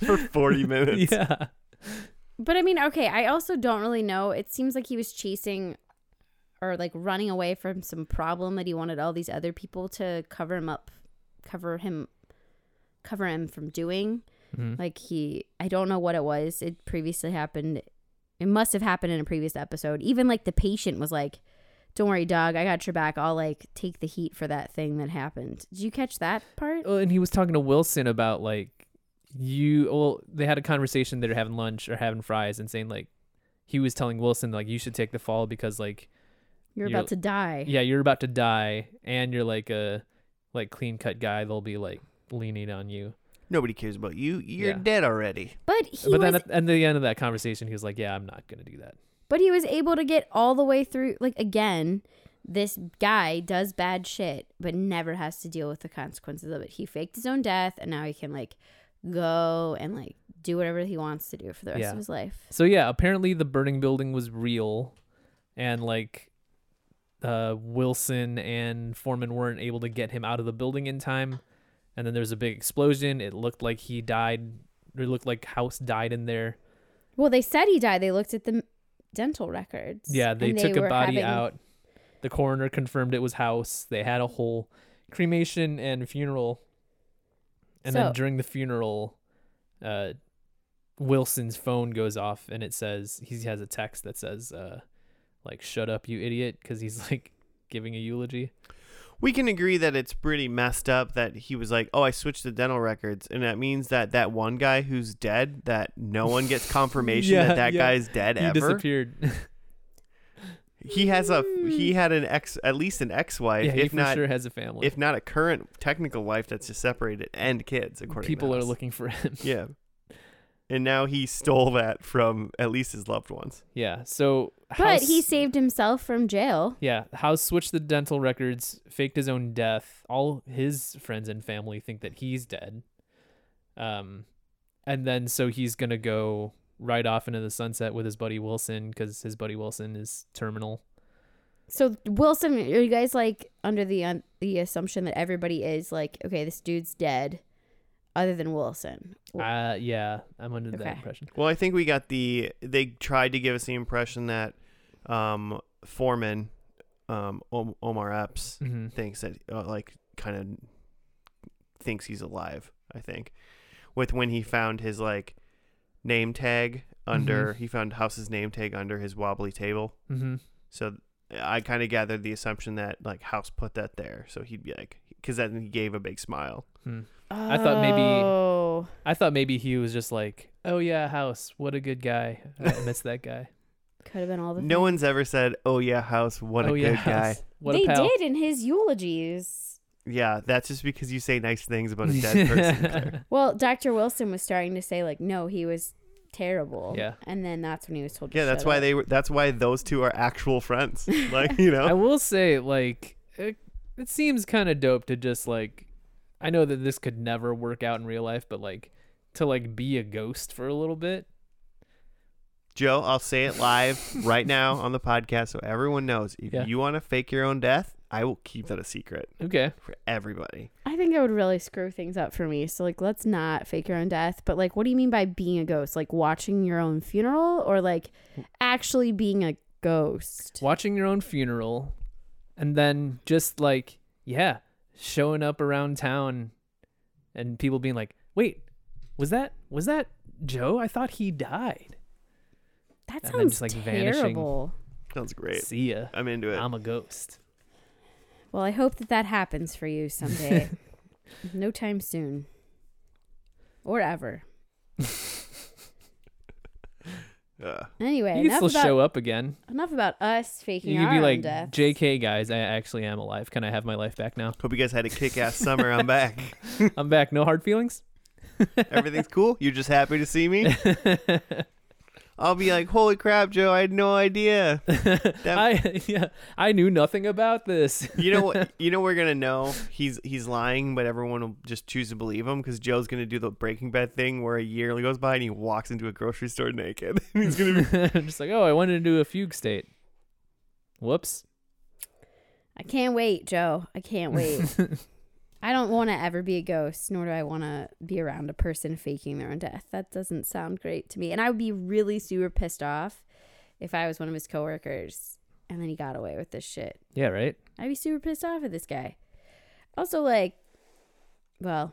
For 40 minutes. yeah But I mean, okay, I also don't really know. It seems like he was chasing or like running away from some problem that he wanted all these other people to cover him up, cover him, cover him from doing. Mhm. Like he, I don't know what it was. It previously happened. It must have happened in a previous episode. Even like the patient was like, don't worry, dog, I got your back. I'll like take the heat for that thing that happened. Did you catch that part? Well, and he was talking to Wilson about like you. Well, they had a conversation. They're having lunch or having fries, and saying like he was telling Wilson like you should take the fall because like You're you're- about to die. yeah you're about to die and you're like a like clean cut guy. They'll be like leaning on you. Nobody cares about you. You're Yeah. dead already. But he but was then at, at the end of that conversation, he was like, "Yeah, I'm not gonna do that." But he was able to get all the way through. Like, again, this guy does bad shit, but never has to deal with the consequences of it. He faked his own death, and now he can, like, go and, like, do whatever he wants to do for the rest Yeah. of his life. So yeah, apparently the burning building was real, and like uh, Wilson and Foreman weren't able to get him out of the building in time, and then there was a big explosion. It looked like he died. It looked like House died in there. Well, they said he died. They looked at the m- dental records. Yeah, they and took a were body having- out. The coroner confirmed it was House. They had a whole cremation and funeral, and So- then during the funeral, uh, Wilson's phone goes off, and it says he has a text that says, uh, "Like shut up, you idiot," because he's like giving a eulogy. We can agree that it's pretty messed up that he was like, "Oh, I switched the dental records," and that means that that one guy who's dead, that no one gets confirmation Yeah, that that yeah. guy's dead He ever. disappeared. He has a Mm. he had an ex at least an ex-wife, yeah, he if for not sure has a family. if not a current technical wife that's just separated and kids. According people to are Alice. looking for him. Yeah. And now he stole that from at least his loved ones. Yeah. So, But House- he saved himself from jail. Yeah, House switched the dental records, faked his own death. All his friends and family think that he's dead. Um, and then so he's gonna go right off into the sunset with his buddy Wilson because his buddy Wilson is terminal. So Wilson, are you guys like under the un- the assumption that everybody is like, okay, this dude's dead, other than Wilson? Uh, yeah, I'm under Okay. that impression. Well, I think we got the they tried to give us the impression that um Foreman um Om- Omar Epps hmm thinks that uh, like kind of thinks he's alive, I think. With when he found his like name tag under Mm-hmm. he found House's name tag under his wobbly table. hmm So I kind of gathered the assumption that like House put that there, so he'd be like, because then he gave a big smile. I thought maybe- Oh. I thought maybe he was just like, oh yeah, House, what a good guy. I miss that guy. Could have been all the. No one's ever said, "Oh yeah, House, what a oh good yeah, guy." House, What they a pal. did in his eulogies. Yeah, that's just because you say nice things about a dead person. Claire. Well, Dr. Wilson was starting to say like, no, he was terrible. Yeah. And then that's when he was told. To Yeah, that's shut why up. they were. That's why those two are actual friends. Like you I know, will say, like, it, it seems kind of dope to just like, I know that this could never work out in real life, but like, to like be a ghost for a little bit. Joe, I'll say it live right now on the podcast so everyone knows. If Yeah. you want to fake your own death, I will keep that a secret Okay. for everybody. I think it would really screw things up for me. So like, let's not fake your own death. But like, what do you mean by being a ghost? Like watching your own funeral, or like actually being a ghost? Watching your own funeral and then just like, yeah, showing up around town and people being like, wait, was that, was that Joe? I thought he died. That then sounds just, like, vanishing. terrible. Sounds great. See ya. I'm into it. I'm a ghost. Well, I hope that that happens for you someday. no time soon, or ever. Ugh. Anyway, you enough can still about show up again. enough about us faking You our could be own like, death. JK, guys, I actually am alive. Can I have my life back now? Hope you guys had a kick-ass summer. I'm back. I'm back. No hard feelings. Everything's cool. You're just happy to see me. I'll be like, holy crap, Joe! I had no idea. I yeah, I knew nothing about this. You know what? You know we're gonna know he's he's lying, but everyone will just choose to believe him because Joe's gonna do the Breaking Bad thing where a year goes by and he walks into a grocery store naked. he's gonna be I'm just like, oh, I wanted to do a fugue state. Whoops. I can't wait, Joe. I can't wait. I don't want to ever be a ghost, nor do I want to be around a person faking their own death. That doesn't sound great to me. And I would be really super pissed off if I was one of his coworkers and then he got away with this shit. Yeah, right. I'd be super pissed off at this guy. Also, like, well,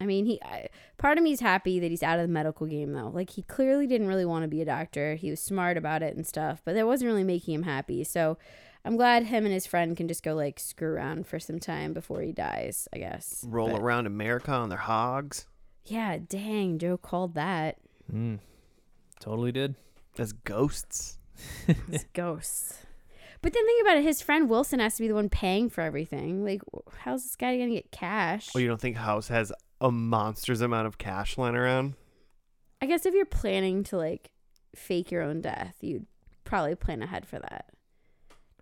I mean, he. I, part of me is happy that he's out of the medical game though. Like, he clearly didn't really want to be a doctor. He was smart about it and stuff, but that wasn't really making him happy. So, I'm glad him and his friend can just go like screw around for some time before he dies. I guess. Roll But- around America on their hogs. Yeah, dang, Joe called that. Mm. Totally did. As ghosts. It's ghosts. But then think about it. His friend Wilson has to be the one paying for everything. Like, w- how's this guy gonna get cash? Oh, you don't think House has a monstrous amount of cash lying around? I guess if you're planning to like fake your own death, you'd probably plan ahead for that.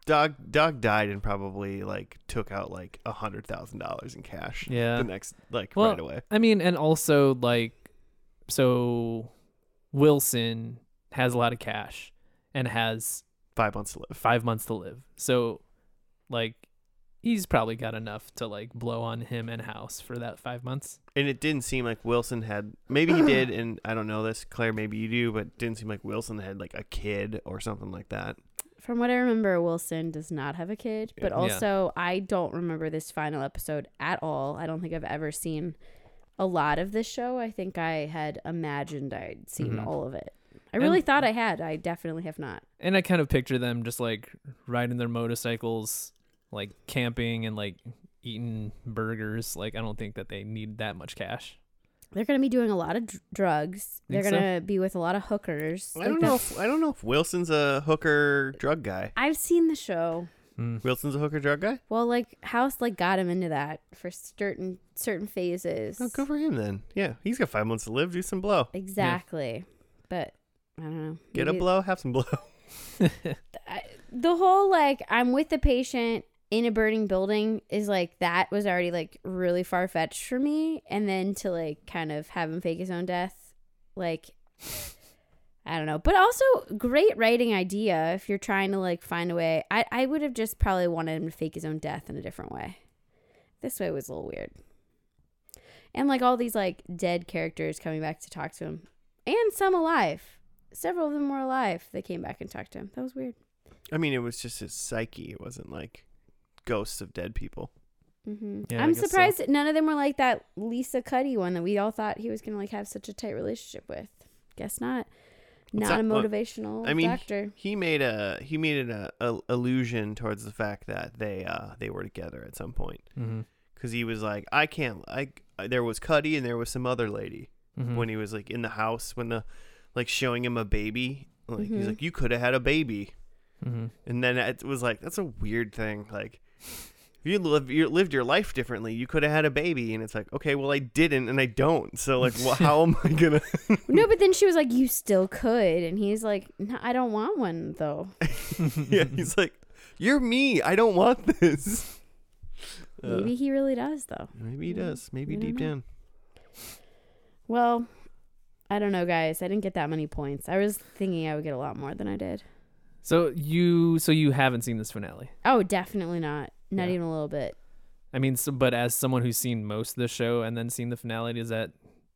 Doug Doug died and probably like took out like a hundred thousand dollars in cash. Yeah. The next like Well, right away. I mean, and also like, so Wilson has a lot of cash and has Five months to live. five months to live. So, like, he's probably got enough to like blow on him and House for that five months. And it didn't seem like Wilson had maybe he did and I don't know this, Claire, maybe you do, but it didn't seem like Wilson had like a kid or something like that. From what I remember, Wilson does not have a kid, but Yeah. also I don't remember this final episode at all. I don't think I've ever seen a lot of this show. I think I had imagined I'd seen Mm-hmm. Mhm. all of it. I And- really thought I had. I definitely have not. And I kind of picture them just like riding their motorcycles, like camping and like eating burgers. Like, I don't think that they need that much cash. They're going to be doing a lot of dr- drugs. They're Think so? going to be with a lot of hookers. I Like, don't know that's- if I don't know if Wilson's a hooker drug guy. I've seen the show. Mm. Wilson's a hooker drug guy? Well, like House, like got him into that for certain certain phases. Oh, good for him then. Yeah. He's got five months to live, do some blow. Exactly, but I don't know. Get a Maybe- blow, have some blow. I- the whole like I'm with the patient in a burning building is like that was already like really far fetched for me, and then to like kind of have him fake his own death, like I don't know, but also great writing idea if you're trying to like find a way. I I would have just probably wanted him to fake his own death in a different way. This way was a little weird, and like all these like dead characters coming back to talk to him, and some alive. Several of them were alive. They came back and talked to him. That was weird. I mean, it was just his psyche. It wasn't like ghosts of dead people. hmm Yeah, I I'm guess so. surprised that none of them were like that Lisa Cuddy one that we all thought he was going to like have such a tight relationship with. Guess not. What's Not that- a well, motivational I mean, doctor. He made a he made an uh, a, allusion towards the fact that they uh they were together at some point Mhm. because he was like, I can't like there was Cuddy and there was some other lady Mhm. when he was like in the house when the like showing him a baby. Like Mhm. he's like, you could have had a baby, Mhm. and then it was like that's a weird thing. Like if you live you lived your life differently, you could have had a baby, and it's like, okay, well I didn't, and I don't. So like, well, how am I gonna? No, but then she was like, "You still could," and he's like, "No, I don't want one though." yeah, he's like, "You're me. I don't want this." Uh, Maybe he really does though. maybe he yeah, does. Maybe I don't deep know. down. Well, I don't know, guys. I didn't get that many points. I was thinking I would get a lot more than I did. So you, so you haven't seen this finale. Oh, definitely not. Not Yeah. even a little bit. I mean, so, but as someone who's seen most of the show and then seen the finale, does that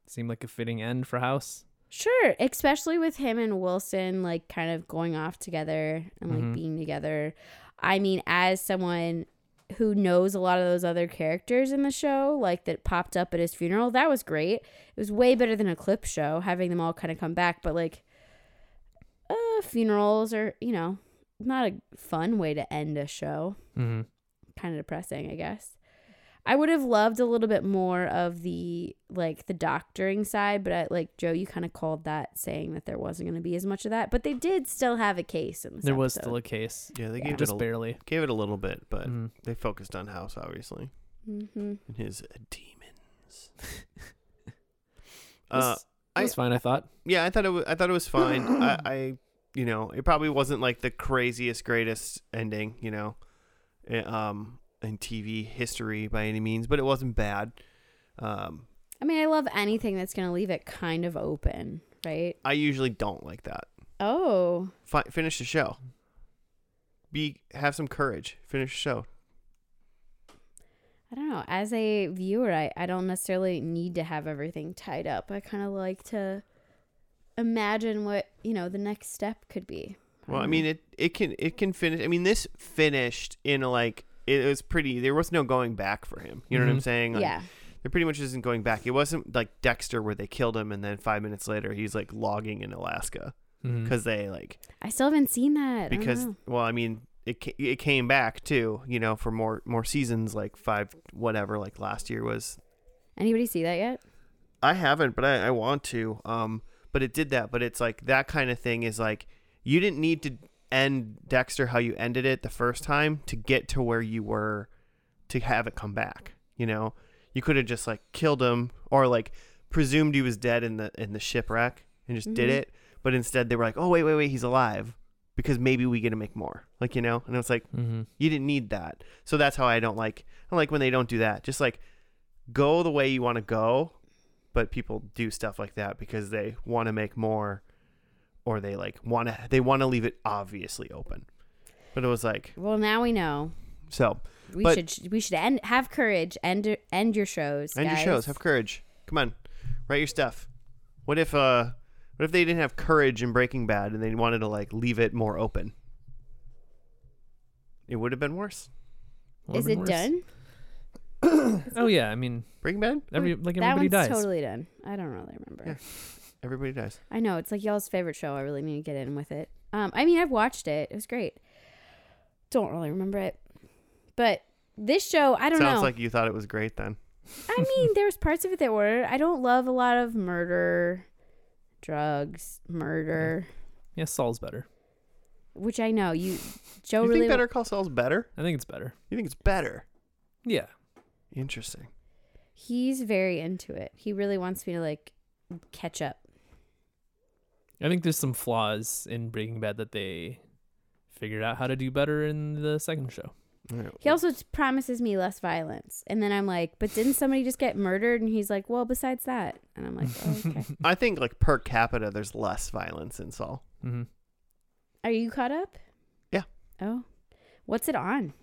seem like a fitting end for House? Sure, especially with him and Wilson like kind of going off together and like Mhm. being together. I mean, as someone who knows a lot of those other characters in the show, like that popped up at his funeral, that was great. It was way better than a clip show having them all kind of come back, but like uh funerals are, you know, not a fun way to end a show Mm-hmm. kind of depressing, I guess. I would have loved a little bit more of the like the doctoring side, but I, like Joe, you kind of called that saying that there wasn't going to be as much of that, but they did still have a case in this. There was episode. still a case, Yeah, they Yeah. Mm. gave just it a, barely. gave it a little bit, but Mhm. they focused on House obviously Mhm. and his demons. uh, It's- it was fine, I thought. yeah, I thought it was. I thought it was fine. I, I, you know, it probably wasn't like the craziest, greatest ending, you know, eh, um, in TV history by any means, but it wasn't bad. Um, I mean, I love anything that's going to leave it kind of open, right? I usually don't like that. Oh, fi- finish the show. Be have some courage. Finish the show. I don't know. As a viewer, I, I don't necessarily need to have everything tied up. I kind of like to imagine what, you know, the next step could be. Well, I mean it. It can it can finish. I mean this finished in like it was pretty. There was no going back for him. You know what I'm Mhm. saying? Like, yeah. There pretty much isn't going back. It wasn't like Dexter where they killed him and then five minutes later he's like logging in Alaska Mhm. because they like I still haven't seen that. I don't because know. well I mean it ca- it came back too. You know, for more more seasons, like five whatever. Like last year was. Anybody see that yet? I haven't, but I, I want to. Um, but it did that. But it's like that kind of thing is like you didn't need to end Dexter how you ended it the first time to get to where you were to have it come back. You know, you could have just like killed him or like presumed he was dead in the in the shipwreck and just did Mhm. it. But instead, they were like, "Oh wait, wait, wait, he's alive," because maybe we get to make more. Like you know, and it's like Mm-hmm. you didn't need that. So that's how I don't like. I like when they don't do that. Just like go the way you want to go, but people do stuff like that because they want to make more, or they like want to. They want to leave it obviously open. But it was like Well, now we know. so. We But- should we should end have courage. End end your shows. End your guys. shows. Have courage. Come on, write your stuff. What if uh, what if they didn't have courage in Breaking Bad and they wanted to like leave it more open? It would have been worse. Is it done? Oh yeah, I mean, Breaking Bad. every like That everybody one's dies. totally done. I don't really remember. Yeah. Everybody dies. I know it's like y'all's favorite show. I really need to get in with it. Um, I mean, I've watched it. It was great. Don't really remember it, but this show, I don't Sounds know. like you thought it was great then. I mean, there's parts of it that were. I don't love a lot of murder, drugs, murder, Yeah, Saul's better. which I know you. Joe you really think Better Call Saul's better? I think it's better. You think it's better? Yeah. Interesting. he's very into it. He really wants me to like catch up. I think there's some flaws in Breaking Bad that they figured out how to do better in the second show. All right. He also t- promises me less violence, and then I'm like, but didn't somebody just get murdered? And he's like, well, besides that, and I'm like, oh, okay. I think like per capita, there's less violence in Saul. Mm-hmm. Are you caught up? Yeah. Oh. What's it on?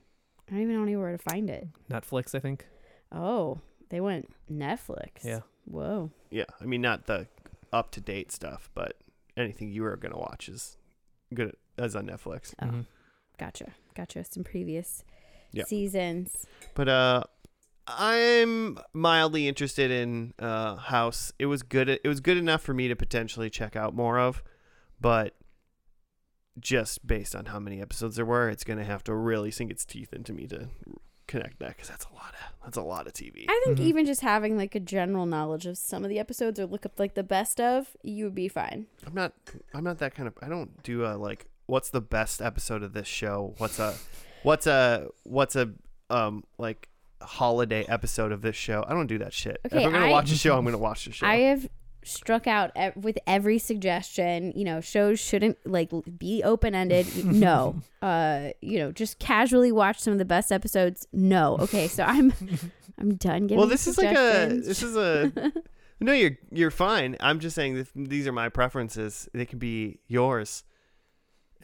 I don't even know anywhere to find it. Netflix, I think. Oh, they went Netflix. Yeah. Whoa. Yeah, I mean not the up to date stuff, but anything you are gonna watch is good as on Netflix. Oh, Mhm. gotcha. Gotcha. Some previous Yeah. seasons. But uh I'm mildly interested in uh House. It was good it was good enough for me to potentially check out more of, but just based on how many episodes there were, it's going to have to really sink its teeth into me to connect that cuz that's a lot of that's a lot of TV. I think Mhm. even just having like a general knowledge of some of the episodes or look up like the best of, you would be fine. I'm not I'm not that kind of I don't do a like what's the best episode of this show? What's a what's a what's a um like holiday episode of this show? I don't do that shit. Okay, if I'm going I- to watch a show, I'm going to watch the show. I have struck out ev- with every suggestion. You know, shows shouldn't like l- be open ended. no. Uh, you know, just casually watch some of the best episodes. No. Okay, so I'm I'm done giving well, this is like a suggestions. this is a No, you're you're fine. I'm just saying that these are my preferences. They can be yours.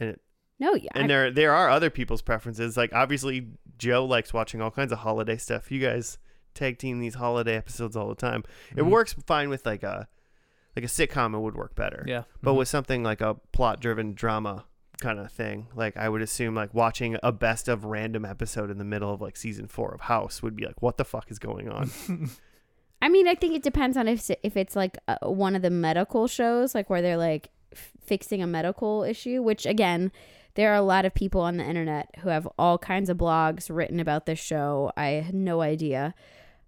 And it, No, yeah. and there there are other people's preferences. Like obviously Joe likes watching all kinds of holiday stuff. You guys tag team these holiday episodes all the time. It Mhm. works fine with like a like a sitcom. It would work better. Yeah. But Mhm. with something like a plot driven drama kind of thing, like I would assume like watching a best of random episode in the middle of like season four of House would be like, what the fuck is going on? I mean, I think it depends on if if it's like a, one of the medical shows, like where they're like f- fixing a medical issue. Which again, there are a lot of people on the internet who have all kinds of blogs written about this show. I had no idea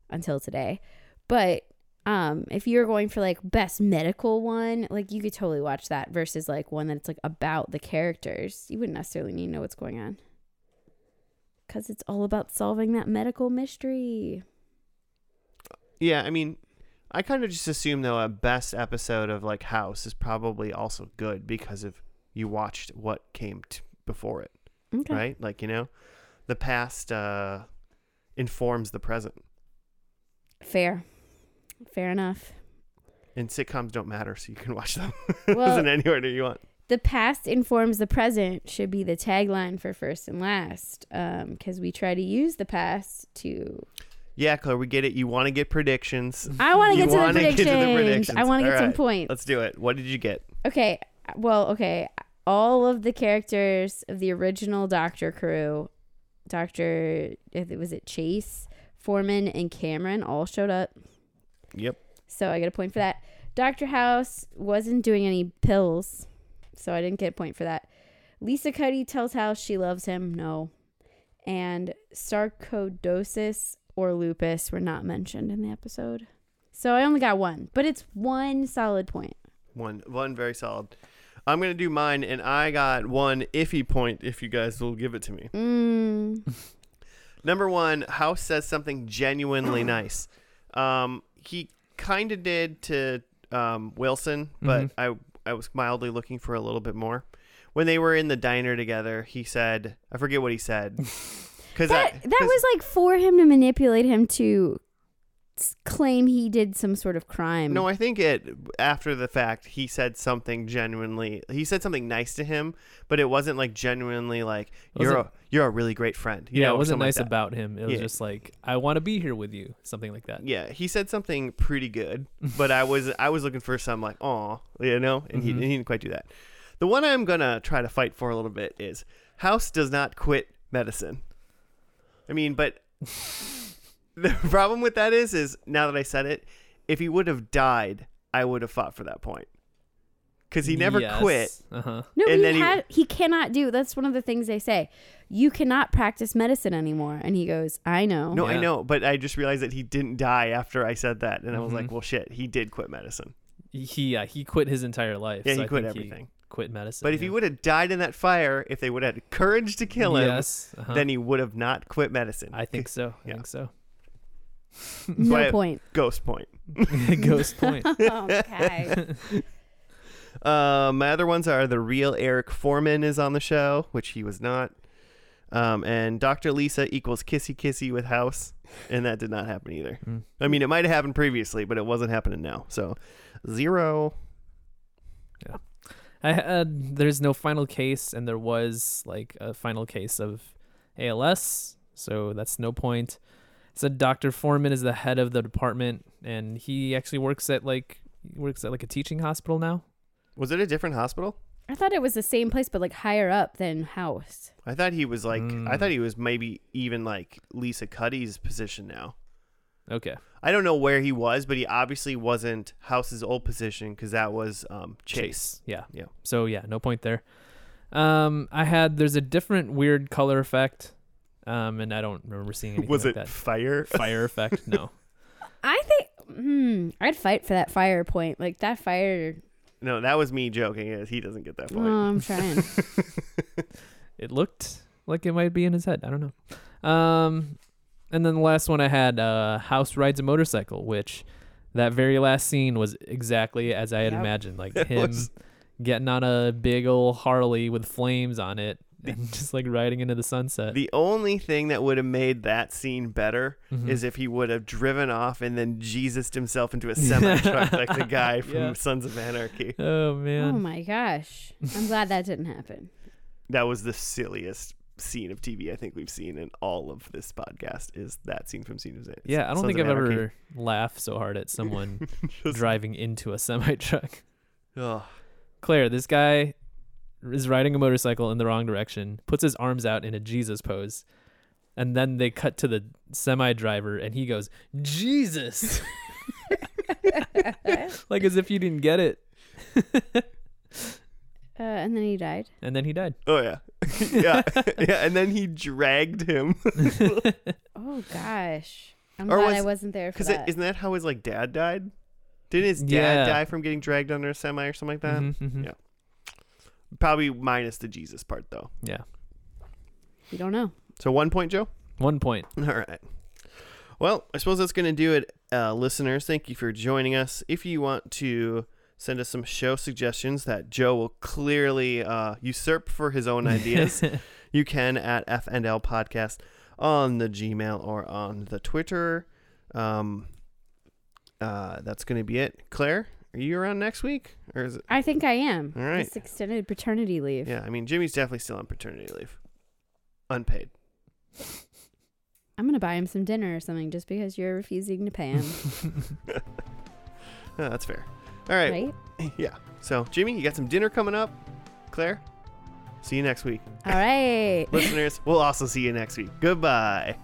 until today, but um, if you're going for like best medical one, like you could totally watch that versus like one that's like about the characters. You wouldn't necessarily need to know what's going on because it's all about solving that medical mystery. yeah, I mean, I kind of just assume though a best episode of like House is probably also good because of you watched what came t- before it, Okay. right? Like you know, the past uh, informs the present, Fair. Fair enough. and sitcoms don't matter, so you can watch them Well- in any order you want. The past informs the present should be the tagline for first and last because we try to use the past to. Yeah, Claire, we get it. You want to get predictions. I want to You get to the wanna get to the predictions. I predictions. want to get All some right. points. Let's do it. What did you get? Okay. Well, okay. All of the characters of the original Doctor crew, Doctor, was it Chase, Foreman, and Cameron all showed up. Yep. So I get a point for that. Dr. House wasn't doing any pills, so I didn't get a point for that. Lisa Cuddy tells how she loves him. No. And sarcoidosis or lupus were not mentioned in the episode. So I only got one, but it's one solid point. One one very solid. I'm gonna do mine, and I got one iffy point. If you guys will give it to me. Mm. Number one, House says something genuinely nice. Um, he kind of did to um, Wilson, Mm-hmm. but I I was mildly looking for a little bit more. When they were in the diner together, he said, "I forget what he said." Because That, that was like for him to manipulate him to s- claim he did some sort of crime. No, I think it after the fact he said something genuinely. He said something nice to him, but it wasn't like genuinely like you're Wasn't- a, you're a really great friend. You yeah, know, it wasn't something like nice that. about him. It was Yeah. just like, I want to be here with you, something like that. Yeah, he said something pretty good, but I was I was looking for some like oh you know, and Mm-hmm. he, he didn't quite do that. The one I'm gonna try to fight for a little bit is House does not quit medicine. I mean, but the problem with that is is now that I said it, if he would have died, I would have fought for that point because he never quit. Uh huh. No, but And he, then he- had, he cannot do. That's one of the things they say. You cannot practice medicine anymore. And he goes, I know. No, I Yeah. know, but I just realized that he didn't die after I said that, and I was like, Mhm. well, shit, he did quit medicine. He yeah, he quit his entire life. Yeah, so he I quit think everything. quit medicine. But if yeah. he would have died in that fire, if they would have had courage to kill him, yes, uh-huh. then he would have not quit medicine. I think so. I Yeah. think so. No Why- point. Ghost point. Ghost point. okay. Um, my other ones are the real Eric Foreman is on the show, which he was not. Um, and Dr. Lisa equals kissy kissy with House, and that did not happen either. Mm. I mean, it might have happened previously, but it wasn't happening now. So zero. I had there's no final case, and there was like a final case of ALS, so that's no point. So Dr. Foreman is the head of the department, and he actually works at like he works at like a teaching hospital now. Was it a different hospital? I thought it was the same place, but like higher up than house. I thought he was like I Mm. thought he was maybe even like Lisa Cuddy's position now. Okay, I don't know where he was, but he obviously wasn't House's old position because that was um, Chase. yeah, Yeah. So yeah, no point there. Um, I had there's a different weird color effect, um, and I don't remember seeing anything Was like it that. fire? Fire effect? No. I think, hmm, I'd fight for that fire point. Like that fire. No, that was me joking. Is he doesn't get that Oh, point? I'm trying. it looked like it might be in his head. I don't know. Um, and then the last one I had, uh, House rides a motorcycle, which that very last scene was exactly as I had Yep. imagined, like It him was- getting on a big old Harley with flames on it and just like riding into the sunset. The only thing that would have made that scene better Mhm. is if he would have driven off and then Jesused himself into a semi truck like the guy from Yeah. Sons of Anarchy. oh oh man, my gosh. I'm glad that didn't happen. That was the silliest scene of TV I think we've seen in all of this podcast. Is that scene from Scene of Z- yeah. I don't Sons think of I've Anarchy. ever laughed so hard at someone Just- oh. driving into a semi truck. Ugh. Claire, this guy is riding a motorcycle in the wrong direction, puts his arms out in a Jesus pose, and then they cut to the semi driver and he goes, Jesus. like as if you didn't get it. Uh, and then he died. And then he died. Oh yeah, yeah, yeah. And then he dragged him Oh gosh. I'm Or glad was- I wasn't there for because that. isn't that how his like dad died? Didn't his dad Yeah. die from getting dragged under a semi or something like that? Mhm, mhm. yeah. Probably minus the Jesus part though. Yeah. you don't know. So one point, Joe. One point. All right. Well, I suppose that's going to do it, uh, listeners. Thank you for joining us. If you want to send us some show suggestions that Joe will clearly uh, usurp for his own ideas, you can at FNL Podcast on the Gmail or on the Twitter. Um, uh, that's going to be it. Claire, are you around next week? Or is it? I think I am. All right. It's extended paternity leave. Yeah, I mean, Jimmy's definitely still on paternity leave. Unpaid. I'm gonna buy him some dinner or something just because you're refusing to pay him. Oh, that's fair. All right. right? yeah. So, Jimmy, you got some dinner coming up. Claire, see you next week. All right. Listeners, we'll also see you next week. Goodbye.